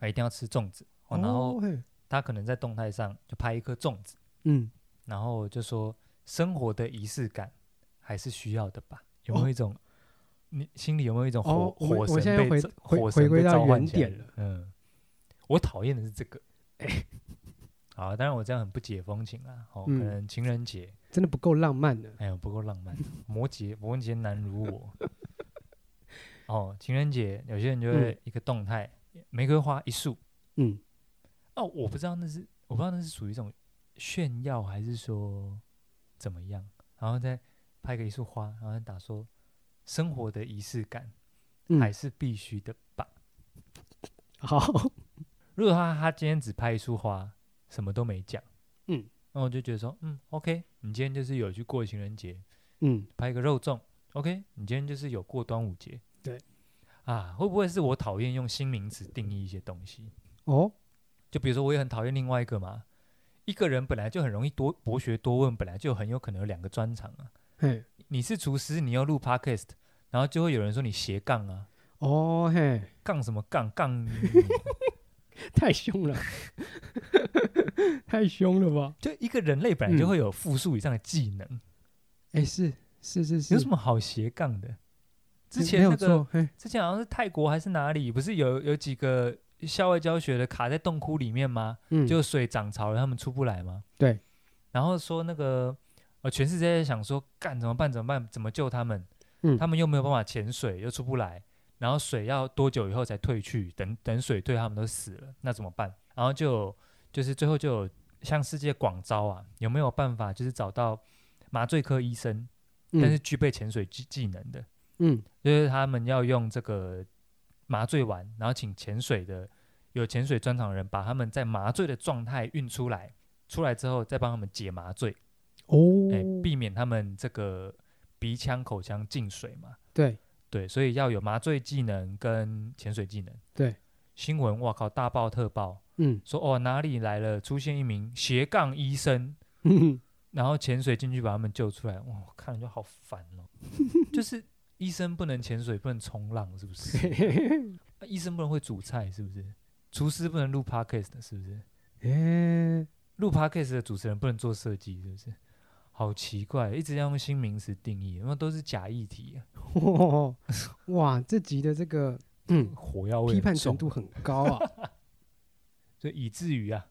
哎一定要吃粽子、哦，然后
嘿
他可能在动态上就拍一颗粽子，
嗯，
然后就说生活的仪式感还是需要的吧？有没有
哦
一种、你心里有没有一种火、
哦我
火
我现在
神被
回
召
回
火神
回归
被
到
召唤
原
起来
点哎
了？嗯，我讨厌的是这个。好，当然我这样很不解风情啦。哦，可
嗯
能情人节，
真的不够浪漫呢。
哎呦，不够浪漫。摩羯，摩羯男如我。 <laughs> 哦，情人节有些人就会一个动态，玫瑰花一束。
嗯，
哦，我不知道那是，我不知道那是属于一种炫耀还是说怎么样，然后再拍个一束花，然后打说生活的仪式感
嗯 <laughs>
还是必须的吧。
好，
如果他他今天只拍一束花，什么都没讲，
嗯，
那我就觉得说，嗯，OK，你今天就是有去过情人节，
嗯，
拍一个肉粽，OK，你今天就是有过端午节，
对，
啊，会不会是我讨厌用新名词定义一些东西？
哦，
就比如说，我也很讨厌另外一个嘛，一个人本来就很容易多博学多问，本来就很有可能有两个专长啊。
嘿，
你是厨师，你要录 podcast，然后就会有人说你斜杠啊，
哦嘿，
杠什么杠杠你，
<laughs>
<laughs>
太凶了， <laughs> 太凶了吧？
就一个人类本来就
嗯
会有复数以上的技能，
哎，是是是是，
有什么好斜杠的？之
没
前
没有
那个
错，嘿，
之前好像是泰国还是哪里，不是有有几个校外教学的卡在洞窟里面吗？
嗯，
就水涨潮了，他们出不来吗？
对。
然后说那个呃，全世界在想说干怎么办？怎么办？怎么救他们？
嗯
他们又没有办法潜水，又出不来，然后水要多久以后才退去？等等水退，他们都死了，那怎么办？然后就有就是最后就有向世界广招啊，有没有办法就是找到麻醉科医生，但是具备潜水技技能的？
嗯
就是他们要用这个麻醉丸，然后请潜水的有潜水专长的人把他们在麻醉的状态运出来，出来之后再帮他们解麻醉，
哦
哎、，避免他们这个鼻腔、口腔进水嘛。
对，
对，所以要有麻醉技能跟潜水技能。
对，
新闻哇靠大爆特爆，
<laughs> 嗯
说哦哪里来了出现一名斜杠医生，
嗯
然后潜水进去把他们救出来，哇，我看了就好烦哦。就是医生不能潜水，不能冲浪，是不是？
<laughs>
啊医生不能会煮菜，是不是？厨师不能录 podcast，是不是？
哎，
录 podcast 的主持人不能做设计，是不是？好奇怪，一直要用新名词定义，那都是假议题、啊，
哇哇，这集的这个嗯
火药味
批
很
判
重
程度很高啊。
所以以至于啊，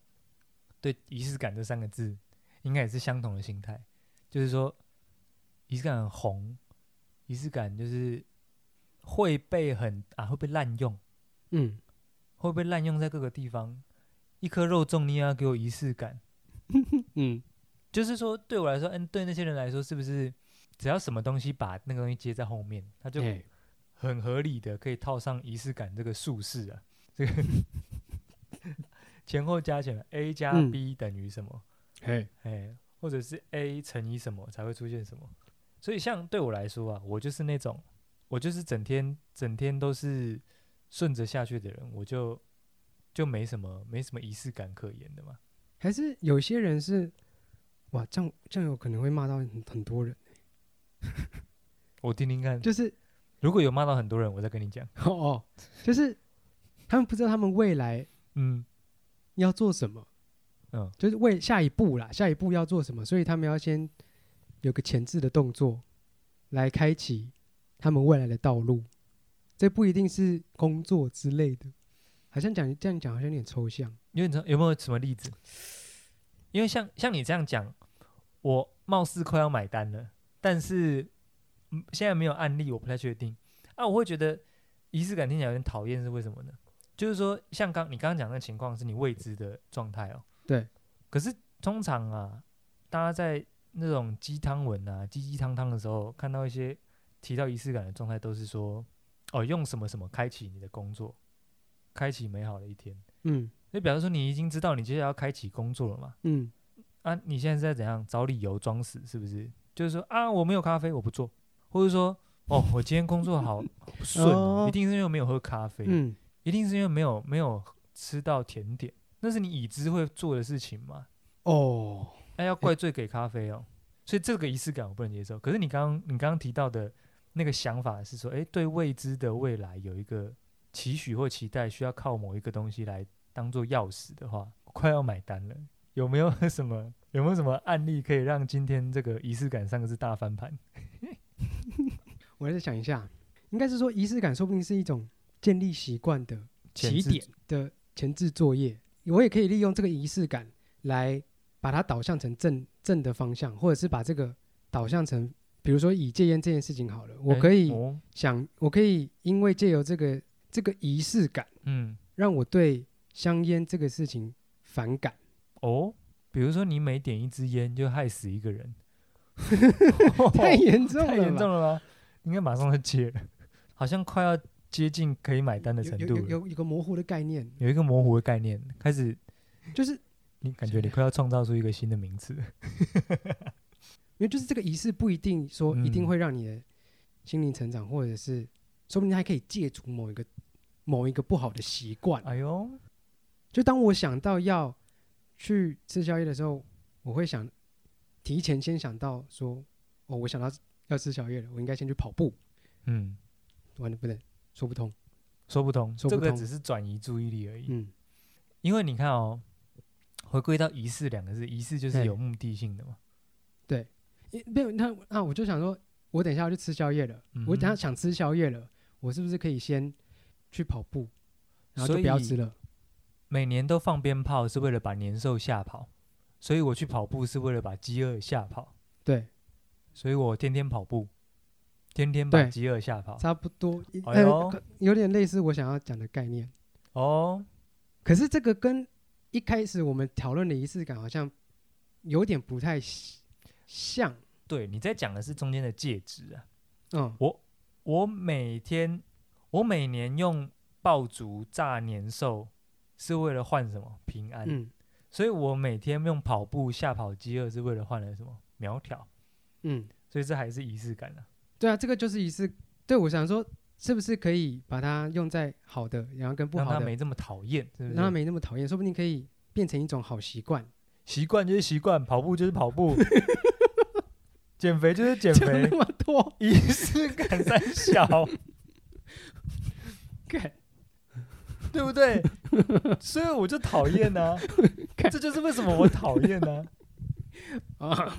对仪式感这三个字，应该也是相同的心态，就是说仪式感很红，仪式感就是会被很啊会被滥用，
<laughs> 嗯，
会被滥用在各个地方。一颗肉粽你也要给我仪式感，
嗯
就是说对我来说，嗯，对那些人来说，是不是只要什么东西把那个东西接在后面，它就
哎
很合理的可以套上仪式感这个术式啊，这
<laughs>
个前后加起来 a 加
嗯
b 等于什么？
哎
哎、或者是 a 乘以什么才会出现什么？所以像对我来说啊，我就是那种我就是整天整天都是顺着下去的人，我就就没什么没什么仪式感可言的嘛。
还是有些人是，哇，这样这样有可能会骂到很很多人，
我听听看，
就是
如果有骂到很多人，我再跟你讲。
<laughs> 哦哦，就是他们不知道他们未来
嗯
要做什么，
嗯，
就是为下一步啦，下一步要做什么，所以他们要先有个前置的动作，来开启他们未来的道路。这不一定是工作之类的，好像讲这样讲好像有点抽象。
因为你知道有没有什么例子？因为像像你这样讲，我貌似快要买单了，但是嗯现在没有案例，我不太确定啊。我会觉得仪式感听起来有点讨厌，是为什么呢？就是说，像刚你刚刚讲那个情况是你未知的状态哦。
对。
可是通常啊，大家在那种鸡汤文啊、鸡鸡汤汤的时候，看到一些提到仪式感的状态，都是说哦，用什么什么开启你的工作，开启美好的一天。
嗯
就表示说你已经知道你接下来要开启工作了嘛？
嗯，
啊，你现在是在怎样找理由装死？是不是？就是说啊，我没有咖啡，我不做，或者说哦，我今天工作好好不顺哦、
哦
一定是因为没有喝咖啡，
嗯，
一定是因为没有没有吃到甜点，那是你已知会做的事情嘛？
哦，
那、哎要怪罪给咖啡哦，所以这个仪式感我不能接受。可是你刚刚你刚刚提到的那个想法是说，诶，对未知的未来有一个期许或期待，需要靠某一个东西来当做钥匙的话，我快要买单了。有没有什么有没有什么案例可以让今天这个仪式感三个字大翻盘？
我还在想一下，应该是说仪式感，说不定是一种建立习惯的
前
起
置
点的前置作业。我也可以利用这个仪式感来把它导向成正正的方向，或者是把这个导向成，比如说以戒烟这件事情好了，我
诶
可以
哦
想，我可以因为借由这个这个仪式感，
嗯
让我对香烟这个事情反感。
哦，比如说你每点一支烟就害死一
<laughs>
个人，
太严重了吧，
太严重了吗？应该马上就戒了， <laughs> 好像快要接近可以买单的程
有
度
有
了
有有有个模糊的概念，
有一个模糊的概念，开始
就是
你感觉你快要创造出一个新的名词。
因为就是这个仪式不一定说一定
嗯
会让你的心灵成长，或者是说不定还可以戒除某一个某一个不好的习惯。
哎呦，
就当我想到要去吃宵夜的时候，我会想提前先想到说，哦，我想到要吃宵夜了，我应该先去跑步。
嗯，
完了，不能说不通。
说不通，
说不
这个
通
只是转移注意力而已。
嗯
因为你看哦，回归到仪式两个字，仪式就是
嘿
有目的性的嘛。
因没有那嗯那我就想说，我等一下要去吃宵夜了，我等一下
嗯哼
想吃宵夜了，我是不是可以先去跑步，然后
所
就
以
不要吃了？
每年都放鞭炮是为了把年兽吓跑，所以我去跑步是为了把饥饿吓跑，
对，
所以我天天跑步，天天把
对
饥饿吓跑。
差不多，
哦哎呦
呃可有点类似我想要讲的概念。
哦，
可是这个跟一开始我们讨论的仪式感好像有点不太像，
对，你在讲的是中间的介质啊。
嗯，
我每天，我每年用爆竹炸年兽，是为了换什么平安？
嗯
所以我每天用跑步吓跑饥饿，是为了换了什么苗条？
嗯，
所以这还是仪式感啊。
对啊，这个就是仪式。对我想说，是不是可以把它用在好的，然后跟不
让
好
他
的，
没这么讨厌，是不
让它
是？
没那么讨厌，说不定可以变成一种好习惯。
习惯就是习惯，跑步就是跑 <laughs> 步，减肥就是减
讲
肥
那，么多，
仪式感三小，
干
<laughs> 对不 <laughs> 对？所以我就讨厌呐、这就是为什么我讨厌呐、
啊，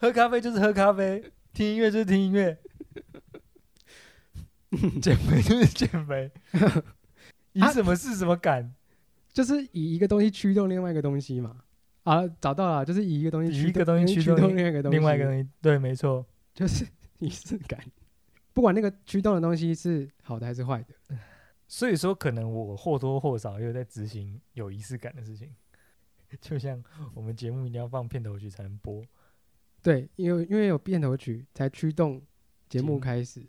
喝咖啡就是喝咖啡，听音乐就是听音 <laughs> 乐， <laughs> 减肥就是减肥，以什么是什么感？
<laughs> 就是以一个东西驱动另外一个东西嘛。啊，找到了，就是以一个东西
以
驱
一个东西驱
驱
动
动另外一个东西，
另外一个东西，对，没错，
就是 <laughs> 仪式感。不管那个驱动的东西是好的还是坏的，
所以说可能我或多或少也有在执行有仪式感的事情， <laughs> 就像我们节目一定要放片头曲才能播，
对，因为因为有片头曲才驱动节
节
目
目
开始，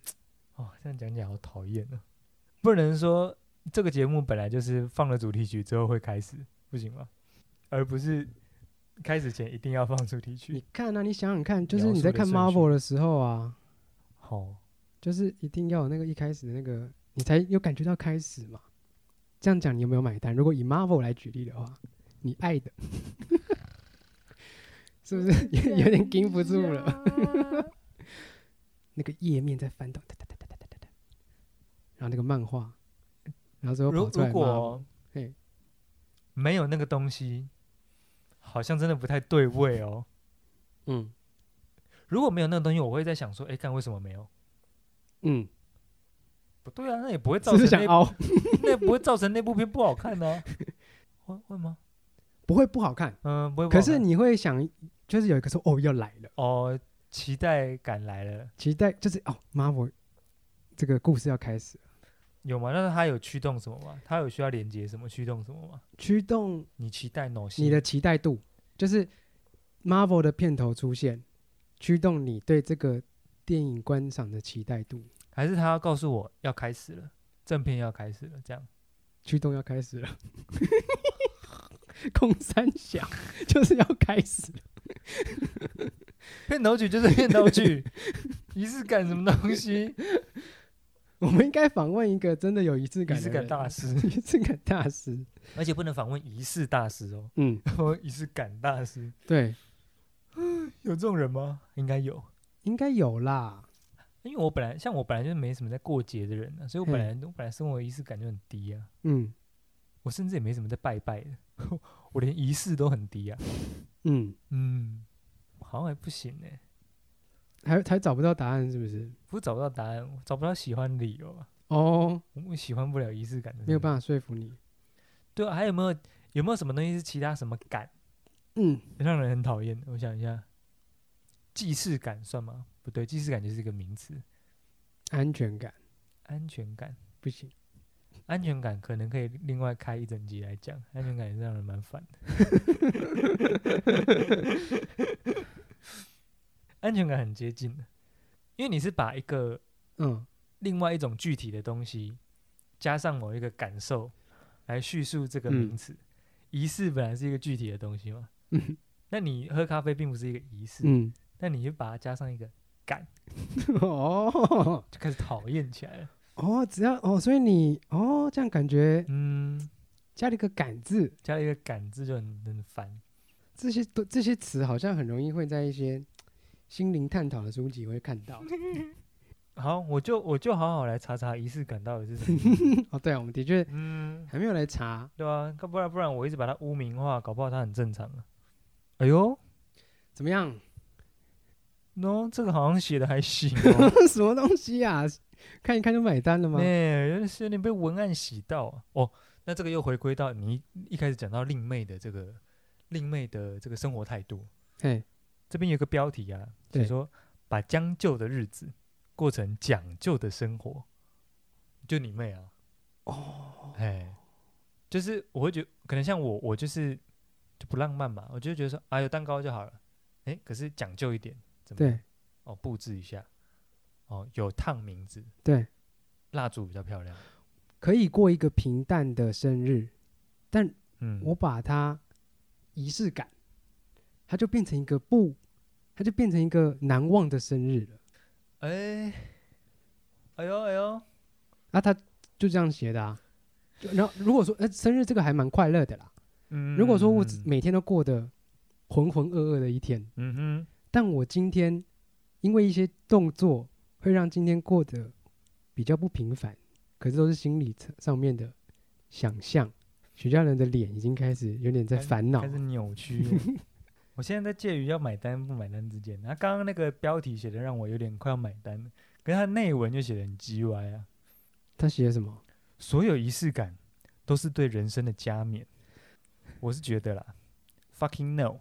哦，这样讲起来好讨厌呢。不能说这个节目本来就是放了主题曲之后会开始，不行吗？而不是开始前一定要放主题曲
你。看啊，你想想看，就是
描
你
述
在
的
看
顺
Marvel 的时候啊，
好、
就是一定要有那个一开始的那个，你才有感觉到开始嘛。这样讲你有没有买单？如果以 Marvel 来举例的话，你爱的， <laughs> 是不是有有点禁不住了？ <laughs>
了。
那个页面在翻动，哒哒哒哒哒哒哒哒，然后那个漫画，然后最后
如
跑出来 Marvel，
如果
嘿
没有那个东西，好像真的不太对味哦。
嗯
如果没有那个东西，我会在想说，哎，看为什么没有？
嗯，
不对啊，那也不会造
只
成
是想
那
凹，
<laughs> 那也不会造成那部片不好看呢、 <laughs> 会会吗？
不会不好看，
嗯，不会不好
可
看。
是你会想，就是有一个说哦要来了，
哦，期待感来了，
期待就是哦 Marvel 这个故事要开始了，
有吗？那它有驱动什么吗？它有需要连接什么驱动什么吗？
驱动
你期待某些
你的期待度，就是 Marvel 的片头出现，驱动你对这个电影观赏的期待度，
还是他要告诉我要开始了，正片要开始了，这样
驱动要开始了， <laughs> 空三响就是要开始了，
片头曲就是片头
<laughs>
曲，仪式感什么东西？
我们应该访问一个真的有仪式
仪
感的
式
人
感大师，
仪式感大师，
<laughs> 而且不能访问仪式大师哦，
嗯，
<laughs> 仪式感大师
对，
有这种人吗？应该有，
应该有啦，
因为我本来像我本来就没什么在过节的人、啊，所以我本
嘿
来我本来生活仪式感就很低啊，
嗯
我甚至也没什么在拜拜的， <laughs> 我连仪式都很低啊，
嗯，
嗯，好像还不行呢、
还还找不到答案是不是？
不是找不到答案，我找不到喜欢理由啊，
哦，
我我喜欢不了仪式感的，
没有办
法。
法说服你，
对啊，还有没有有没有什么东西是其他什么感
嗯，
让人很讨厌的？我想一下，既视感算吗？不对，既视感就是一个名词。
安全感
安全感，
不行。
安全感可能可以另外开一整集来讲，安全感也是让人蛮烦的。 <laughs> 安全感很接近的，因为你是把一个
嗯，
另外一种具体的东西，加上某一个感受来叙述这个名
嗯
词。仪式本来是一个具体的东西嘛，
嗯
那你喝咖啡并不是一个仪式，
嗯，
那你就把它加上一个，
<laughs> 哦
就开始讨厌起来了。
哦，只要哦，所以你哦，这样感觉
嗯，
加了一个“感”字，
加了一个“感”字就很很烦。
这些都这些词好像很容易会在一些心灵探讨的书籍会看
<laughs>
到。
好，我就我就好好来查查仪式感到底是什么意思。
哦，对啊，我们的确
嗯，
还没有来查，
对啊，要不然不然我一直把它污名化，搞不好它很正常啊。哎呦，
怎么
<laughs>
样？，
喏、这个好像写的还行哦
什么东西啊？看一看就买单了吗
<laughs> 哎、？就是有点被文案洗到、啊、哦。那这个又回归到你一开始讲到另类的这个另类的这个生活态度，
嘿，
这边有个标题啊，
对
写说把将就的日子过成讲究的生活，就你妹啊！哦，哎，就是我会觉可能像我，我就是就不浪漫嘛，我就觉得说啊，有蛋糕就好了。哎，可是讲究一点，怎么样
对
哦，布置一下，哦，有烫名字，
对，
蜡烛比较漂亮。
可以过一个平淡的生日，但
嗯，
我把它仪式感，它就变成一个不，它就变成一个难忘的生日了。
哎，哎呦哎呦，
啊，他就这样写的啊。就然后如果说，呃，生日这个还蛮快乐的啦。
嗯，
如果说我只
嗯
每天都过得浑浑噩噩的一天，
嗯哼，
但我今天因为一些动作，会让今天过得比较不平凡，可是都是心理层上面的想象。许家人的脸已经开始有点在
开始
烦恼
开，始扭曲
<laughs>
了。我现在在介于要买单不买单之间。那刚刚那个标题写的让我有点快要买单了，可是它内文就写的很鸡歪啊。
他写什么？
所有仪式感都是对人生的加冕。我是觉得啦，fucking no，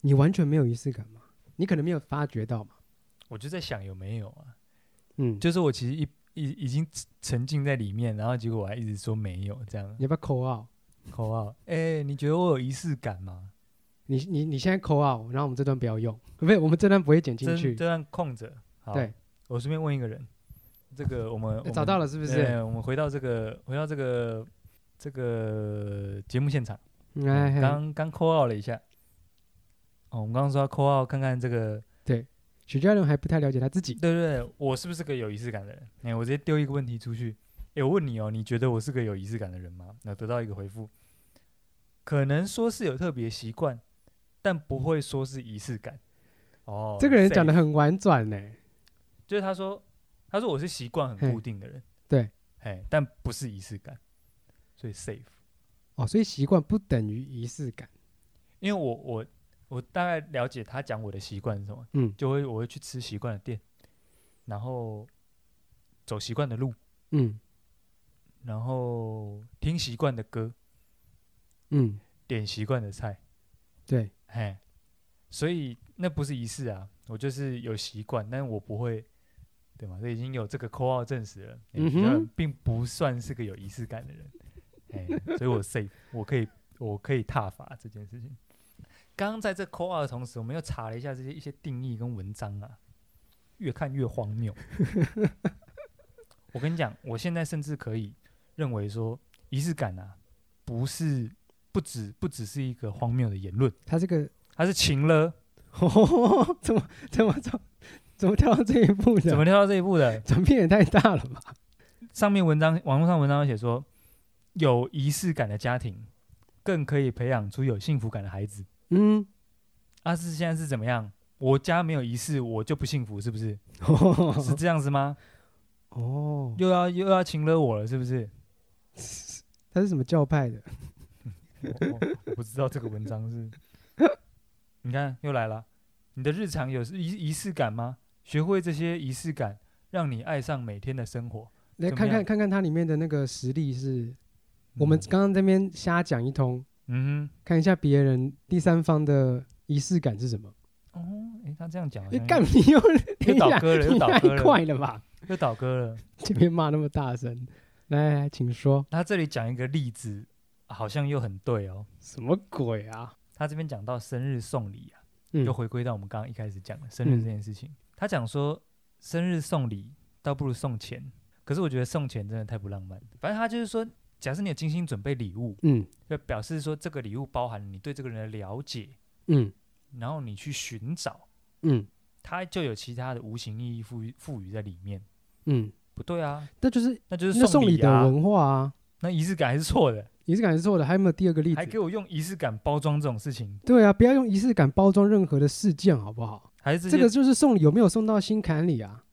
你完全没有仪式感吗？你可能没有发觉到嘛。
我就在想有没有啊？
嗯，
就是我其实一已已经沉浸在里面，然后结果我还一直说没有这样
<laughs> 你。要不要扣号？
口号，哎，你觉得我有仪式感吗？
你你你现在扣号，然后我们这段不要用， <laughs> 不是我们这段不会剪进
这
去。
这段空着。好，
对，
我顺便问一个人，这个我们我
哎
们
找到了是不是？
对，我们回到这个，回到这个这个节目现场，
嗯
嗯
哎，嘿
刚刚扣号了一下。哦，我们刚刚说要扣号看看这个，
许家伦还不太了解他自己。
对对对，我是不是个有仪式感的人？哎、我直接丢一个问题出去，哎、我问你哦，你觉得我是个有仪式感的人吗？那得到一个回复，可能说是有特别习惯，但不会说是仪式感。哦，
这个人
safe
讲的很婉转呢。
就是他说，他说我是习惯很
嘿
固定的人，
对，
哎，但不是仪式感，所以 safe。
哦，所以习惯不等于仪式感。
因为我我我大概了解他讲我的习惯是什么，
嗯
就会我会去吃习惯的店，然后走习惯的路，
嗯
然后听习惯的歌，
嗯，
点习惯的菜，
对，
嘿，所以那不是仪式啊，我就是有习惯，但我不会，对吗？这已经有这个扣号证实了，哎
嗯
许家人
哼
并不算是个有仪式感的人，哎，所以我 safe，我可以，我可以踏伐这件事情。刚刚在这扣号的同时，我们又查了一下这些一些定义跟文章啊，越看越荒
<laughs>
谬。我跟你讲，我现在甚至可以认为说，仪式感啊，不是不只不只是一个荒谬的言论。
他这个 <laughs>
他是情了，
哦，怎么怎么怎么怎么跳到这一步
怎么
的？
跳到这一步的？
转变也太大了吧？
上面文章，网络上文章有写说，有仪式感的家庭更可以培养出有幸福感的孩子。
嗯， <laughs>
阿、是现在是怎么样？我家没有仪式，我就不幸福，是
<laughs>
不是？是
哦
这样子吗？
哦，
又要又要情了我了，是不是？
他是什么教派的？
我我哦我不知道这个文章是，你看又来了。你的日常有仪仪式感吗？学会这些仪式感，让你爱上每天的生活。
来
怎么
看看
样
看看它里面的那个实例是，我们刚刚这边瞎讲一通，
嗯
看一下别人第三方的仪式感是什么？
哼，哦，诶，他这样讲好
哎，
像有，
干你又
又倒戈了，
你
又倒
太
戈了。
快了吧？
又倒戈了。
前面骂那么大声，来来来，请说
他这里讲一个例子，好像又很对哦。
什么鬼啊？
他这边讲到生日送礼啊，
嗯
又回归到我们刚刚一开始讲的生日这件事情。他讲说，生日送礼倒不如送钱，可是我觉得送钱真的太不浪漫了。反正他就是说，假设你有精心准备礼物，
嗯
就表示说这个礼物包含了你对这个人的了解，
嗯
然后你去寻找，
嗯
它就有其他的无形意义赋予赋予在里面。
嗯，
不对啊，
那就是
那就是
那送礼
礼
的
啊，
文化啊，
那仪式感还是错的。
仪式感是错的。还有没有第二个例
还给
子？
我用仪式感包装这种事情，
对啊，不要用仪式感包装任何的事件，好不好？
还是这
这
些，
个就是送礼有没有送到心坎里啊？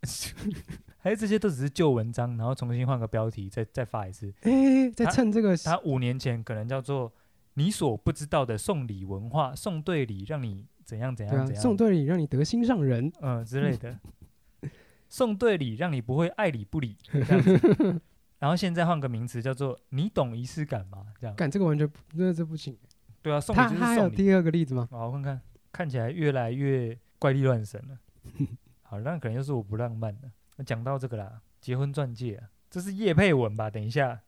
<laughs> 还是这些都只是旧文章，然后重新换个标题再再发一次。
哎，在
他
趁这个
它五年前可能叫做“你所不知道的送礼文化”，送对礼让你怎样怎
对啊
样怎，样，
送对礼让你得心上人，
嗯、之
<laughs>
类的，送对礼让你不会爱理不理这样子。
<laughs>
然后现在换个名词叫做“你懂仪式感吗”这
<laughs>
样。
干这个完全不，那这不行。
对啊，送礼
他
就是
他还有
送礼。
第二个例子吗？
好，我看看，看起来越来越怪力乱
<laughs>
神了。好，那可能就是我不浪漫了。那讲到这个啦，结婚钻戒、啊，这是叶佩文吧？等一下，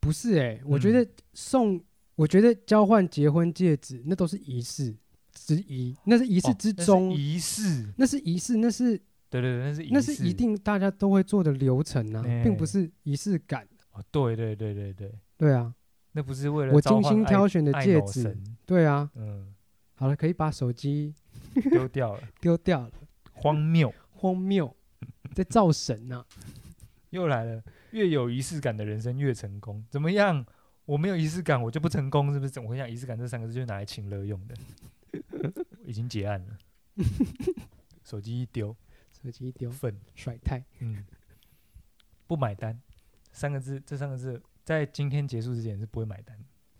不是哎、我觉
嗯
得送，我觉得交换结婚戒指那都是仪式之一，那是仪
仪
式之中，
哦仪式，
那是仪式，那是
对对对，那是仪式，
那是一定大家都会做的流程啊，
哎
并不是仪式感。
哦，对对对对对，
对啊，
那不是为了
我精
召唤
心
爱
挑选的
爱
戒
脑
指，
神
对啊。
嗯，
好了，可以把手机
丢掉了，
丢掉了，
荒谬，
荒
<laughs>
谬，在造神啊呐、
又来了，越有仪式感的人生越成功，怎么样？我没有仪式感，我就不成功，是不是？怎么会讲仪式感这三个字就是拿来请
<laughs>
乐用的？已经结案了，手机一丢，
手机一丢，
愤，
甩太。
嗯，不买单，三个字，这三个字在今天结束之前是不会买单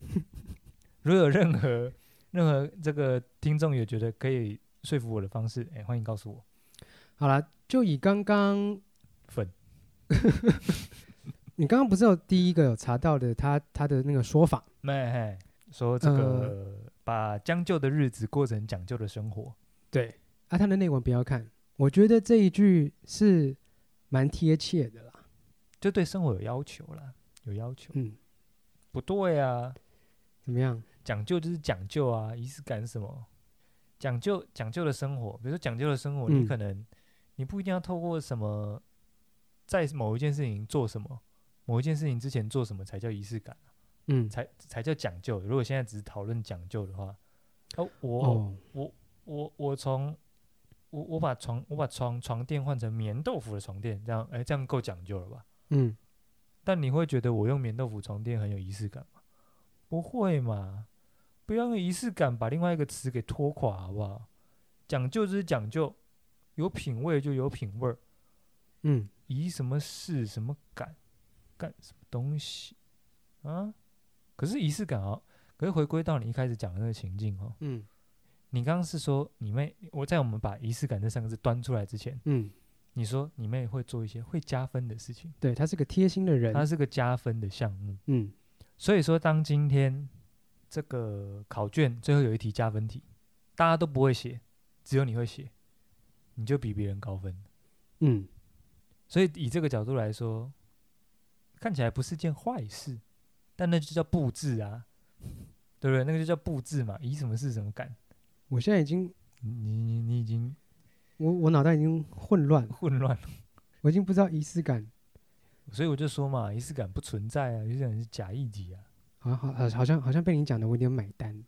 的。 <laughs> 如果有任何任何这个听众也觉得可以说服我的方式，哎、欢迎告诉我。
好了，就以刚刚你刚刚不是有第一个有查到的他他的那个说法？
那嘿，说这个、把将就的日子过成讲究的生活，
对啊，他的内文不要看，我觉得这一句是蛮贴切的啦。
就对生活有要求啦，有要求。
嗯，
不对啊，
怎么样？
讲究就是讲究啊，仪式感是什么？讲究讲究的生活，比如说讲究的生活，
嗯
你可能你不一定要透过什么，在某一件事情做什么，某一件事情之前做什么才叫仪式感，
嗯，
才才叫讲究。如果现在只是讨论讲究的话，哦，我、
哦，
我我从我我把床我把床床垫换成棉豆腐的床垫，这样哎、这样够讲究了吧？
嗯，
但你会觉得我用棉豆腐床垫很有仪式感吗？不会嘛，不要用仪式感把另外一个词给拖垮，好不好？讲究就是讲究，有品味就有品味儿，
嗯，
仪什么事什么感，干什么东西啊？可是仪式感啊，可是回归到你一开始讲的那个情境哦，
嗯，
你刚刚是说你妹，我在我们把仪式感这三个字端出来之前，
嗯，
你说你妹会做一些会加分的事情，
对他是个贴心的人。
它是个加分的项目。
嗯
所以说，当今天这个考卷最后有一题加分题，大家都不会写，只有你会写，你就比别人高分。
嗯，
所以以这个角度来说，看起来不是件坏事，但那就叫布置啊， <laughs> 对不对？那个就叫布置啊嘛，以什么是什么感。
我现在已经，
你你你已经
我我脑袋已经混乱了，
混乱了，
我已经不知道仪式感，
所以我就说嘛，仪式感不存在啊，仪式感是假议题啊。
好好好，好像好像被你讲的，我有点买单。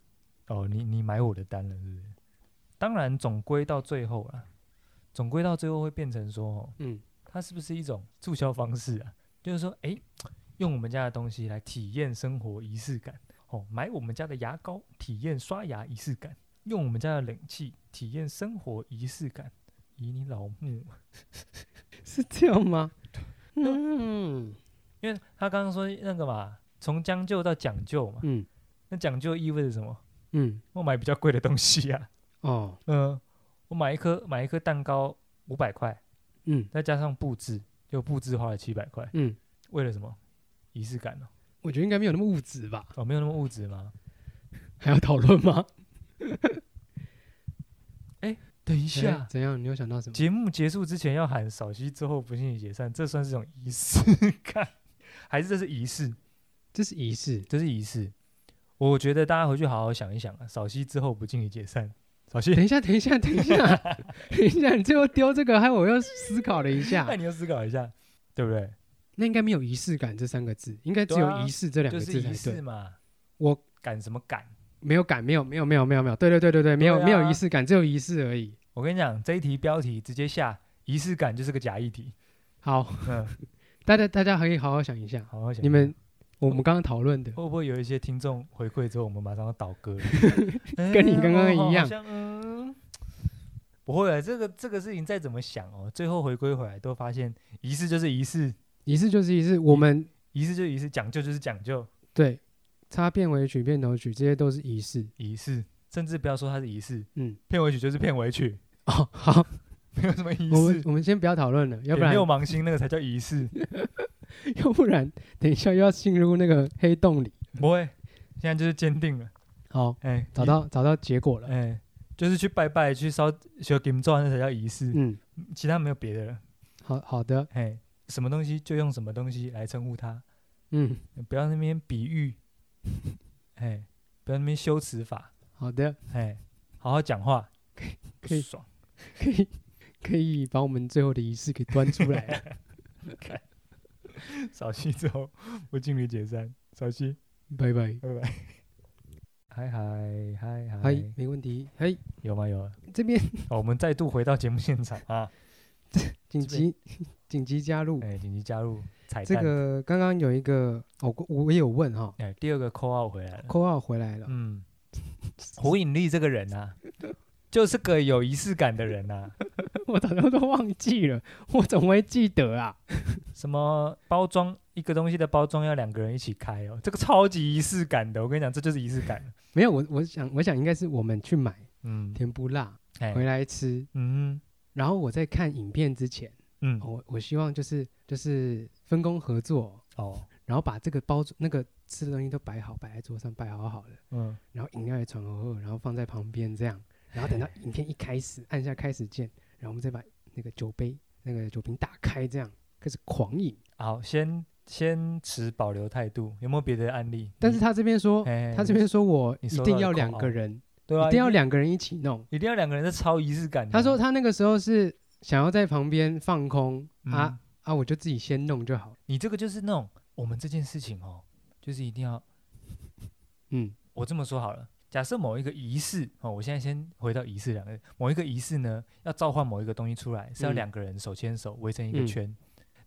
哦，你你买我的单了，是不是？当然，总归到最后啦，总归到最后会变成说，哦，
嗯
它是不是一种促销方式啊？就是说，诶，用我们家的东西来体验生活仪式感，哦，买我们家的牙膏体验刷牙仪式感，用我们家的冷气体验生活仪式感。以你老母，
<laughs>
啊
是这样吗？嗯
因为他刚刚说那个嘛，从将就到讲究嘛，
嗯
那讲究意味着什么？
嗯，
我买比较贵的东西啊，
哦，
嗯，我买一颗买一颗蛋糕五百块，
嗯
再加上布置，就布置花了七百块，
嗯，
为了什么？仪式感哦，
我觉得应该没有那么物质吧？
哦，没有那么物质吗？
还要讨论 <laughs> 吗？
等一
怎样，哎怎样？你有想到什么？
节目结束之前要喊扫息之后不信解散，这算是一种仪式 <laughs> 感，还是这是仪式？
这是仪式，
这是仪式。我觉得大家回去好好想一想啊，扫息之后不敬礼解散，扫
<laughs>
息
等，一下，等一下，等一下， <laughs> 等一下，你最后丢这个，害我又思考了一
<laughs>
下
哎那。你要思考一下，对不对？
那应该没有仪式感这三个字，应该只
对
有
啊
仪式这两
就
个
是
字才
仪式
对。
嘛，
我
赶什么赶？
没有感，没有，没有，没有，没有，没有。对对对对对，没有
对啊
没有仪式感，只有仪式而已。
我跟你讲，这一题标题直接下仪式感就是个假议题。
好，
嗯，
大家大家可以好好想一下，
好好想一想。
你们我们刚刚讨论的，
会不会有一些听众回馈之后，我们马上要倒
<laughs>
戈了？
跟你刚刚
嗯
一样
好像嗯，不会啊，这个这个事情再怎么想哦，最后回归回来都发现，仪式就是仪式，
仪式就是仪式，我们
仪式就是仪式，讲究就是讲究，
对插片尾曲、片头曲这些都是仪式。
仪式，甚至不要说它是仪式， <laughs>
嗯，
片尾曲就是片尾曲， <laughs>
哦， <laughs> 好，
没有什么仪
我们
式。
我们先不要讨论了，要不
点
然
六芒星那个才叫仪式，
<laughs> 要不然 <laughs> 等一下又要进入那个黑洞里。
不会，现在就是坚定了，
好，
哎，
找，到找到结果了。
哎，就是去拜拜，去烧修金砖，那才叫仪式，
嗯，
其他没有别的了，
好好的，
哎，什么东西就用什么东西来称呼它，
嗯，
不要那边比喻，哎，不要那边修辞法，
好的，
哎，好好讲话，
可
<laughs>
以
爽。
可以可以把我们最后的仪式给端出来
<laughs>
了。
扫息之后不敬礼解散，扫息，
拜拜。
拜拜。嗨嗨嗨
嗨
嗨，，
没问题。嗨，
有吗？ <laughs> 有啊、
这边
哦我们再度回到节目现场啊！
紧急 <laughs> 紧急加入
哎，紧急加入彩
这
蛋。
个，刚刚有一个哦，我我也有问哈，
哎，第二个 call out 回来了。
扣号回来了，
嗯，胡引力这个人啊，就是个有仪式感的人啊。
<laughs> 我早就都忘记了，我怎么会记得啊？
什么包装一个东西的包装要两个人一起开哦，这个超级仪式感的。我跟你讲，这就是仪式
<laughs>
感。
没有，我我想我想应该是我们去买
嗯，
甜不辣
哎
回来吃，
嗯
然后我在看影片之前，
嗯，
我我希望就是就是分工合作，
哦，
然后把这个包那个吃的东西都摆好，摆在桌上，摆好好的，
嗯，
然后饮料也传过后，然后放在旁边这样，然后等到影片一开始，按下开始键，然后我们再把那个酒杯、那个酒瓶打开，这样开始狂饮。
好，先先持保留态度，有没有别的案例？
但是
你
他这边说，
哎
他这边说我
你
一
收
定
到
要
的
两
call
个
out
人，
对啊，
一定要两个人一起弄。
一定要两个人在超仪式感的
他
啊。
说他那个时候是想要在旁边放空啊
嗯
啊，我就自己先弄就好。
你这个就是那种我们这件事情哦，就是一定要
嗯，
我这么说好了，假设某一个仪式哦，我现在先回到仪式两个字，某一个仪式呢，要召唤某一个东西出来，是要
嗯
两个人手牵手围成一个
嗯
圈、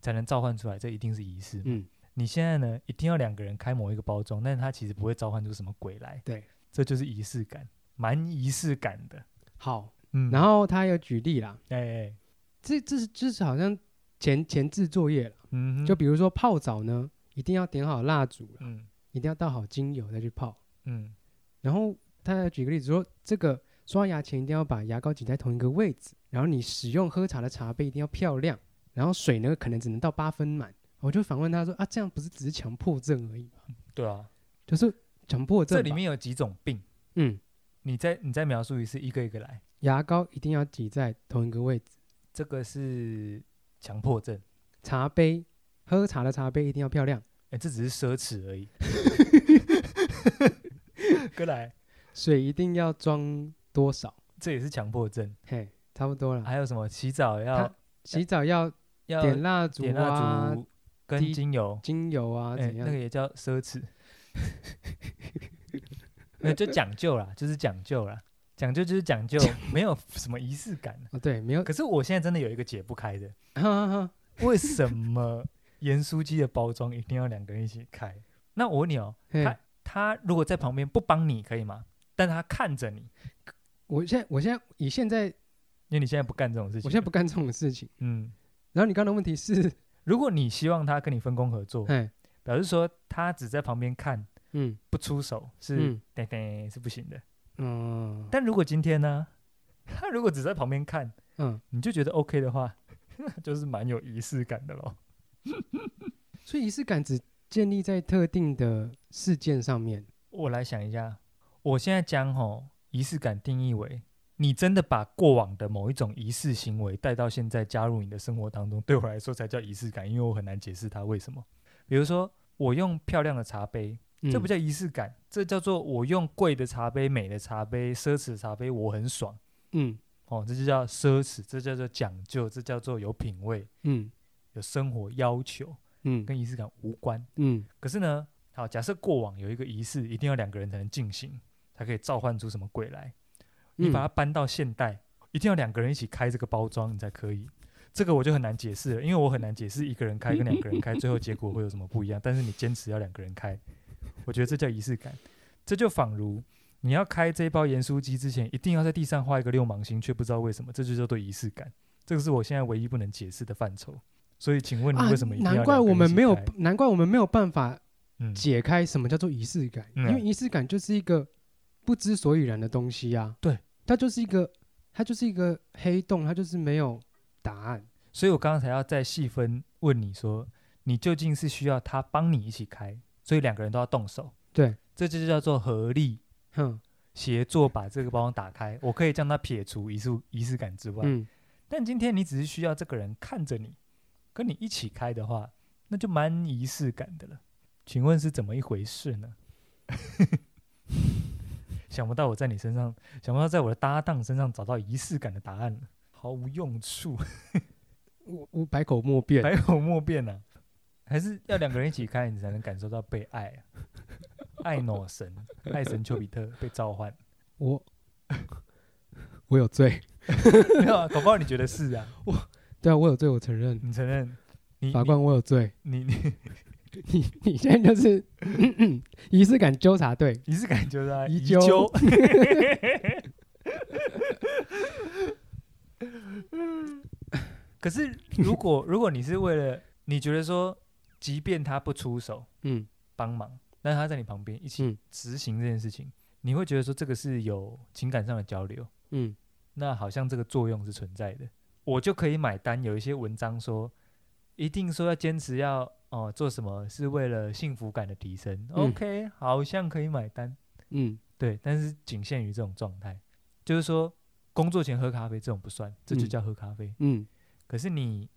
才能召唤出来，这一定是仪式。
嗯，
你现在呢，一定要两个人开某一个包装，但是它其实不会召唤出什么鬼来。
对，
这就是仪式感，蛮仪式感的。
好。
嗯，
然后他有举例啦，
哎哎，
这这是这是好像前前置作业了。
嗯哼，
就比如说泡澡呢，一定要点好蜡烛啦，
嗯
一定要倒好精油再去泡。
嗯
然后他还举个例子说，这个刷牙前一定要把牙膏挤在同一个位置，然后你使用喝茶的茶杯一定要漂亮，然后水呢可能只能到八分满。我就反问他说啊，这样不是只是强迫症而已吗？
对啊，
就是强迫症吧。
这里面有几种病，
嗯，
你再你再描述一次，一个一个来。
牙膏一定要挤在同一个位置，
这个是强迫症，
茶杯喝茶的茶杯一定要漂亮，
哎，这只是奢侈而已。哥来，
水一定要装多少？
这也是强迫症。
嘿，差不多了。
还有什么？洗澡要
他洗澡要
要
点蜡烛
点蜡
啊，
烛跟
滴
精油，
精油啊，
哎，
怎
那个
样？
也叫奢侈。 <laughs> 那就讲究啦，就是讲究啦，讲究就是讲究，没有什么仪式感。啊
哦，对，没有。
可是我现在真的有一个解不开的，
哈哈哈，
为什么盐酥鸡的包装一定要两个人一起开？那我问你哦，
嘿
他他如果在旁边不帮你可以吗？但他看着你，
我现在，我现在以现在，
因为你现在不干这种事情。
我现在不，干这种事情。
嗯，
然后你刚刚的问题是，
如果你希望他跟你分工合作，
哎，
表示说他只在旁边看
嗯
不出手是
嗯
对对、是不行的。
嗯
但如果今天呢， <laughs> 他如果只在旁边看，
嗯，
你就觉得 OK 的话， <laughs> 就是蛮有仪式感的咯。
所以仪式感只建立在特定的事件上面。
我来想一下，我现在将吼仪式感定义为。你真的把过往的某一种仪式行为带到现在，加入你的生活当中，对我来说才叫仪式感，因为我很难解释它为什么。比如说，我用漂亮的茶杯，这不
叫
叫仪式感，这叫做我用贵的茶杯、美的茶杯、奢侈的茶杯，我很爽
嗯
哦，这就叫奢侈，这叫做讲究，这叫做有品味、
嗯
有生活要求，
嗯
跟仪式感无关。
嗯
可是呢，好，假设过往有一个仪式，一定要两个人才能进行，才可以召唤出什么鬼来。
嗯
你把它搬到现代，一定要两个人一起开这个包装，你才可以。这个我就很难解释了，因为我很难解释一个人开跟两个人开最后结果会有什么不
<laughs>
一样。但是你坚持要两个人开，我觉得这叫仪式感。这就仿如你要开这一包盐酥鸡之前，一定要在地上画一个六芒星，却不知道为什么，这就叫做仪式感。这个是我现在唯一不能解释的范畴。所以，请问你
啊
为什么一，定要
难怪
两个人
我们
一起
没有
开，
难怪我们没有办法
嗯
解开什么叫做仪式感，
嗯
因为仪式感就是一个不知所以然的东西啊。
对，
它就是一个，它就是一个黑洞，它就是没有答案。
所以我刚刚才要再细分问你说，你究竟是需要他帮你一起开，所以两个人都要动手，
对，
这就叫做合力
哼，
协作，把这个包装打开。我可以将它撇除仪式仪式感之外，
嗯，
但今天你只是需要这个人看着你，跟你一起开的话，那就蛮仪式感的了。请问是怎么一回事呢？ <laughs> 想不到我在你身上，想不到在我的搭档身上找到仪式感的答案了，毫无用处。
我我百口莫辩。
百口莫辩啊，还是要两个人一起开，你才能感受到被爱、
<laughs>
啊。爱诺神，爱神丘比特被召唤， <laughs>
我 <laughs> 我有罪，
没有啊？搞不好你觉得是啊？
对啊，我有罪，我承认。
你承认？你
法官，我有罪。
你你你
你你现在就是 <coughs> 嗯嗯仪式感纠察队，
你是感觉到
遗
遗
纠
纠？ <laughs> 可是如果如果你是为了你觉得说，即便他不出手，
嗯
帮忙，但是他在你旁边一起
嗯
执行这件事情，你会觉得说这个是有情感上的交流，
嗯
那好像这个作用是存在的。我就可以买单。有一些文章说，一定说要坚持要哦、做什么是为了幸福感的提升。
嗯
OK，好像可以买单，
嗯
对，但是仅限于这种状态，就是说工作前喝咖啡这种不算，这就
嗯
叫喝咖啡。
嗯
可是你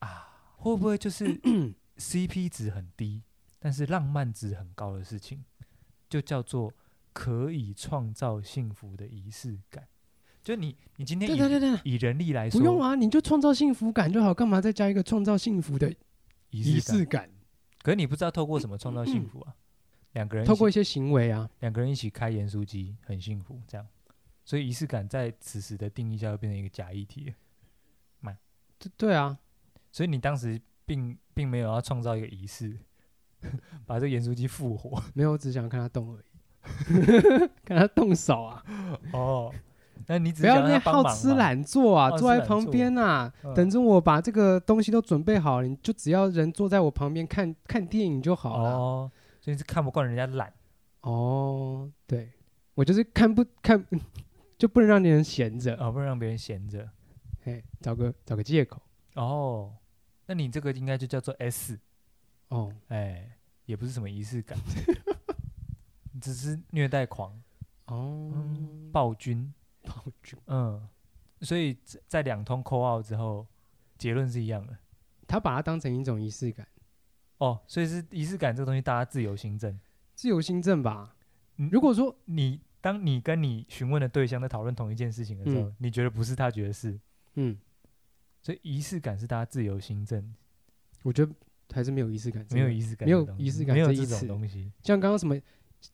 啊，会不会就是
<coughs>
CP 值很低，但是浪漫值很高的事情，就叫做可以创造幸福的仪式感？就你，你今天
对对对
以
对，
以人力来说，
不用啊，你就创造幸福感就好，干嘛再加一个创造幸福的仪
仪式
式
感。
感？
可是你不知道透过什么创造幸福啊？两个人一
嗯透
起
过一些行为啊，
两个人一起开盐酥鸡，很幸福，这样。所以仪式感在此时的定义下，又变成一个假议题了。
对对啊，
所以你当时并并没有要创造一个仪式， <laughs> 把这个盐酥鸡复活。
没有，我只想看他动而已， <laughs> 看他动手啊，
哦，那你只
不
是
要
想
那
让他帮
好
忙
吃
嘛，
懒做啊，
好吃
坐在
懒
旁
做
边啊，
嗯
等着我把这个东西都准备好了，你就只要人坐在我旁边看看电影就好了。
哦，所以是看不惯人家懒
哦，对，我就是看不看， <laughs> 就不能让别人闲着，
哦，不能让别人闲着
哎，找个找个借口。
哦。那你这个应该就叫做 S，
哦，
哎，也不是什么仪式感， <laughs> 只是虐待狂、
哦，
嗯、暴君，
<laughs> 暴君，
嗯，所以在在两通扣号之后，结论是一样的
他把它当成一种仪式感，
哦。所以是仪式感这个东西，大家自由行政。
自由新政吧。
嗯
如果说
你当你跟你询问的对象在讨论同一件事情的时候，
嗯
你觉得不是，他觉得是，
嗯，
所以仪式感是大家自由行政，
我觉得还是没有仪式感，
没有仪式感
没
这
有
种东西，
仪式感
没有
这
这
一
种
词
东西，
像刚刚什么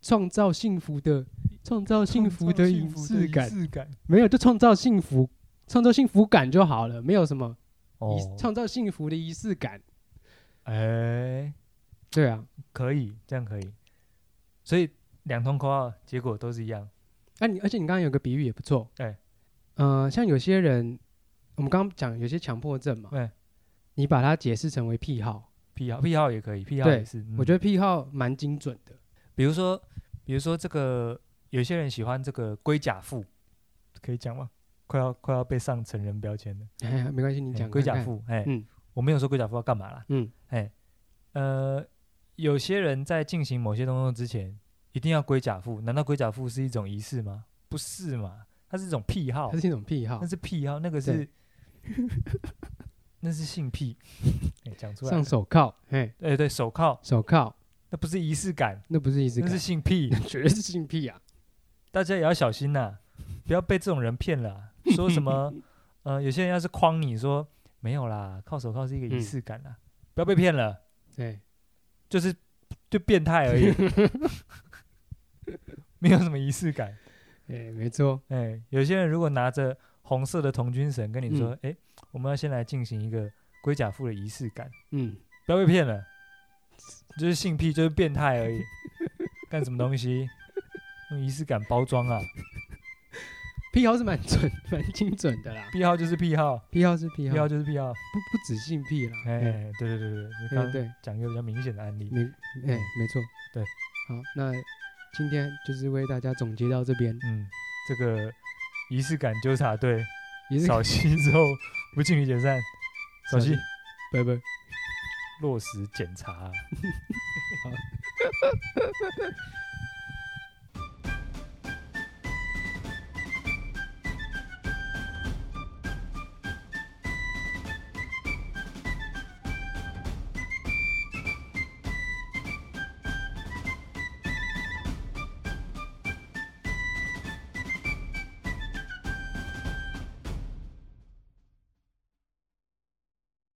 创造幸福的创造幸福的仪式感，没有就创造幸福，创造幸福感就好了，没有什么仪
哦，
创造幸福的仪式感。
哎，
对啊，
可以，这样可以，所以两通口号结果都是一样，
啊你而且你刚刚有个比喻也不错，
哎，
呃，像有些人，我们刚刚讲有些强迫症嘛，
哎
你把它解释成为癖好，
癖好癖好也可以，癖好
对
也是，
我觉
得，
得癖好蛮精准的。 <laughs>
比如说，比如说这个有些人喜欢这个龟甲妇，可以讲吗？快要快要被上成人标签了，
哎呀，没关系，你
哎
讲
龟
看
甲
看，
妇，哎，
嗯
我没有说龟甲妇要干嘛啦，哎
嗯，
呃，有些人在进行某些动作之前，一定要龟甲腹。难道龟甲腹是一种仪式吗？不是嘛，它是一种癖好
它，是一种癖好
那，是癖好，那个
对
是那是性
<laughs>
癖。哎讲出来了
上，手铐，哎，
哎、对手铐，
手铐
那不是仪式感，
那不是仪式
那
感
是，性癖，
绝对是性癖啊。
大家也要小心呐、不要被这种人骗了啊、说什
<laughs>
么呃，有些人要是诓你说没有啦，靠手铐是一个仪
嗯
式感啦，不要被骗了。
<laughs> 对，
就是就变
<laughs>
态而已，没有什么仪式感。
哎，没错，
哎、有些人如果拿着红色的童军绳跟你
嗯
说，哎、我们要先来进行一个龟甲妇的仪式感，
嗯，
不要被骗了，就是性癖，就是变态而已，干什么东西？用仪式感包装啊，
癖好是蛮准、蛮精准的啦。
癖好就是癖好，
癖好是癖
癖
好，
好就是癖好。
不不止性癖啦。
哎、
哎，
对对对对，你
哎
刚刚
对，
讲一个比较明显的案例。
没，哎，没错，
对。
好，那今天就是为大家总结到这边，
嗯，这个仪式感纠察队，
也是
扫息之后不敬礼解散，扫息。
拜拜。
落实检查啊、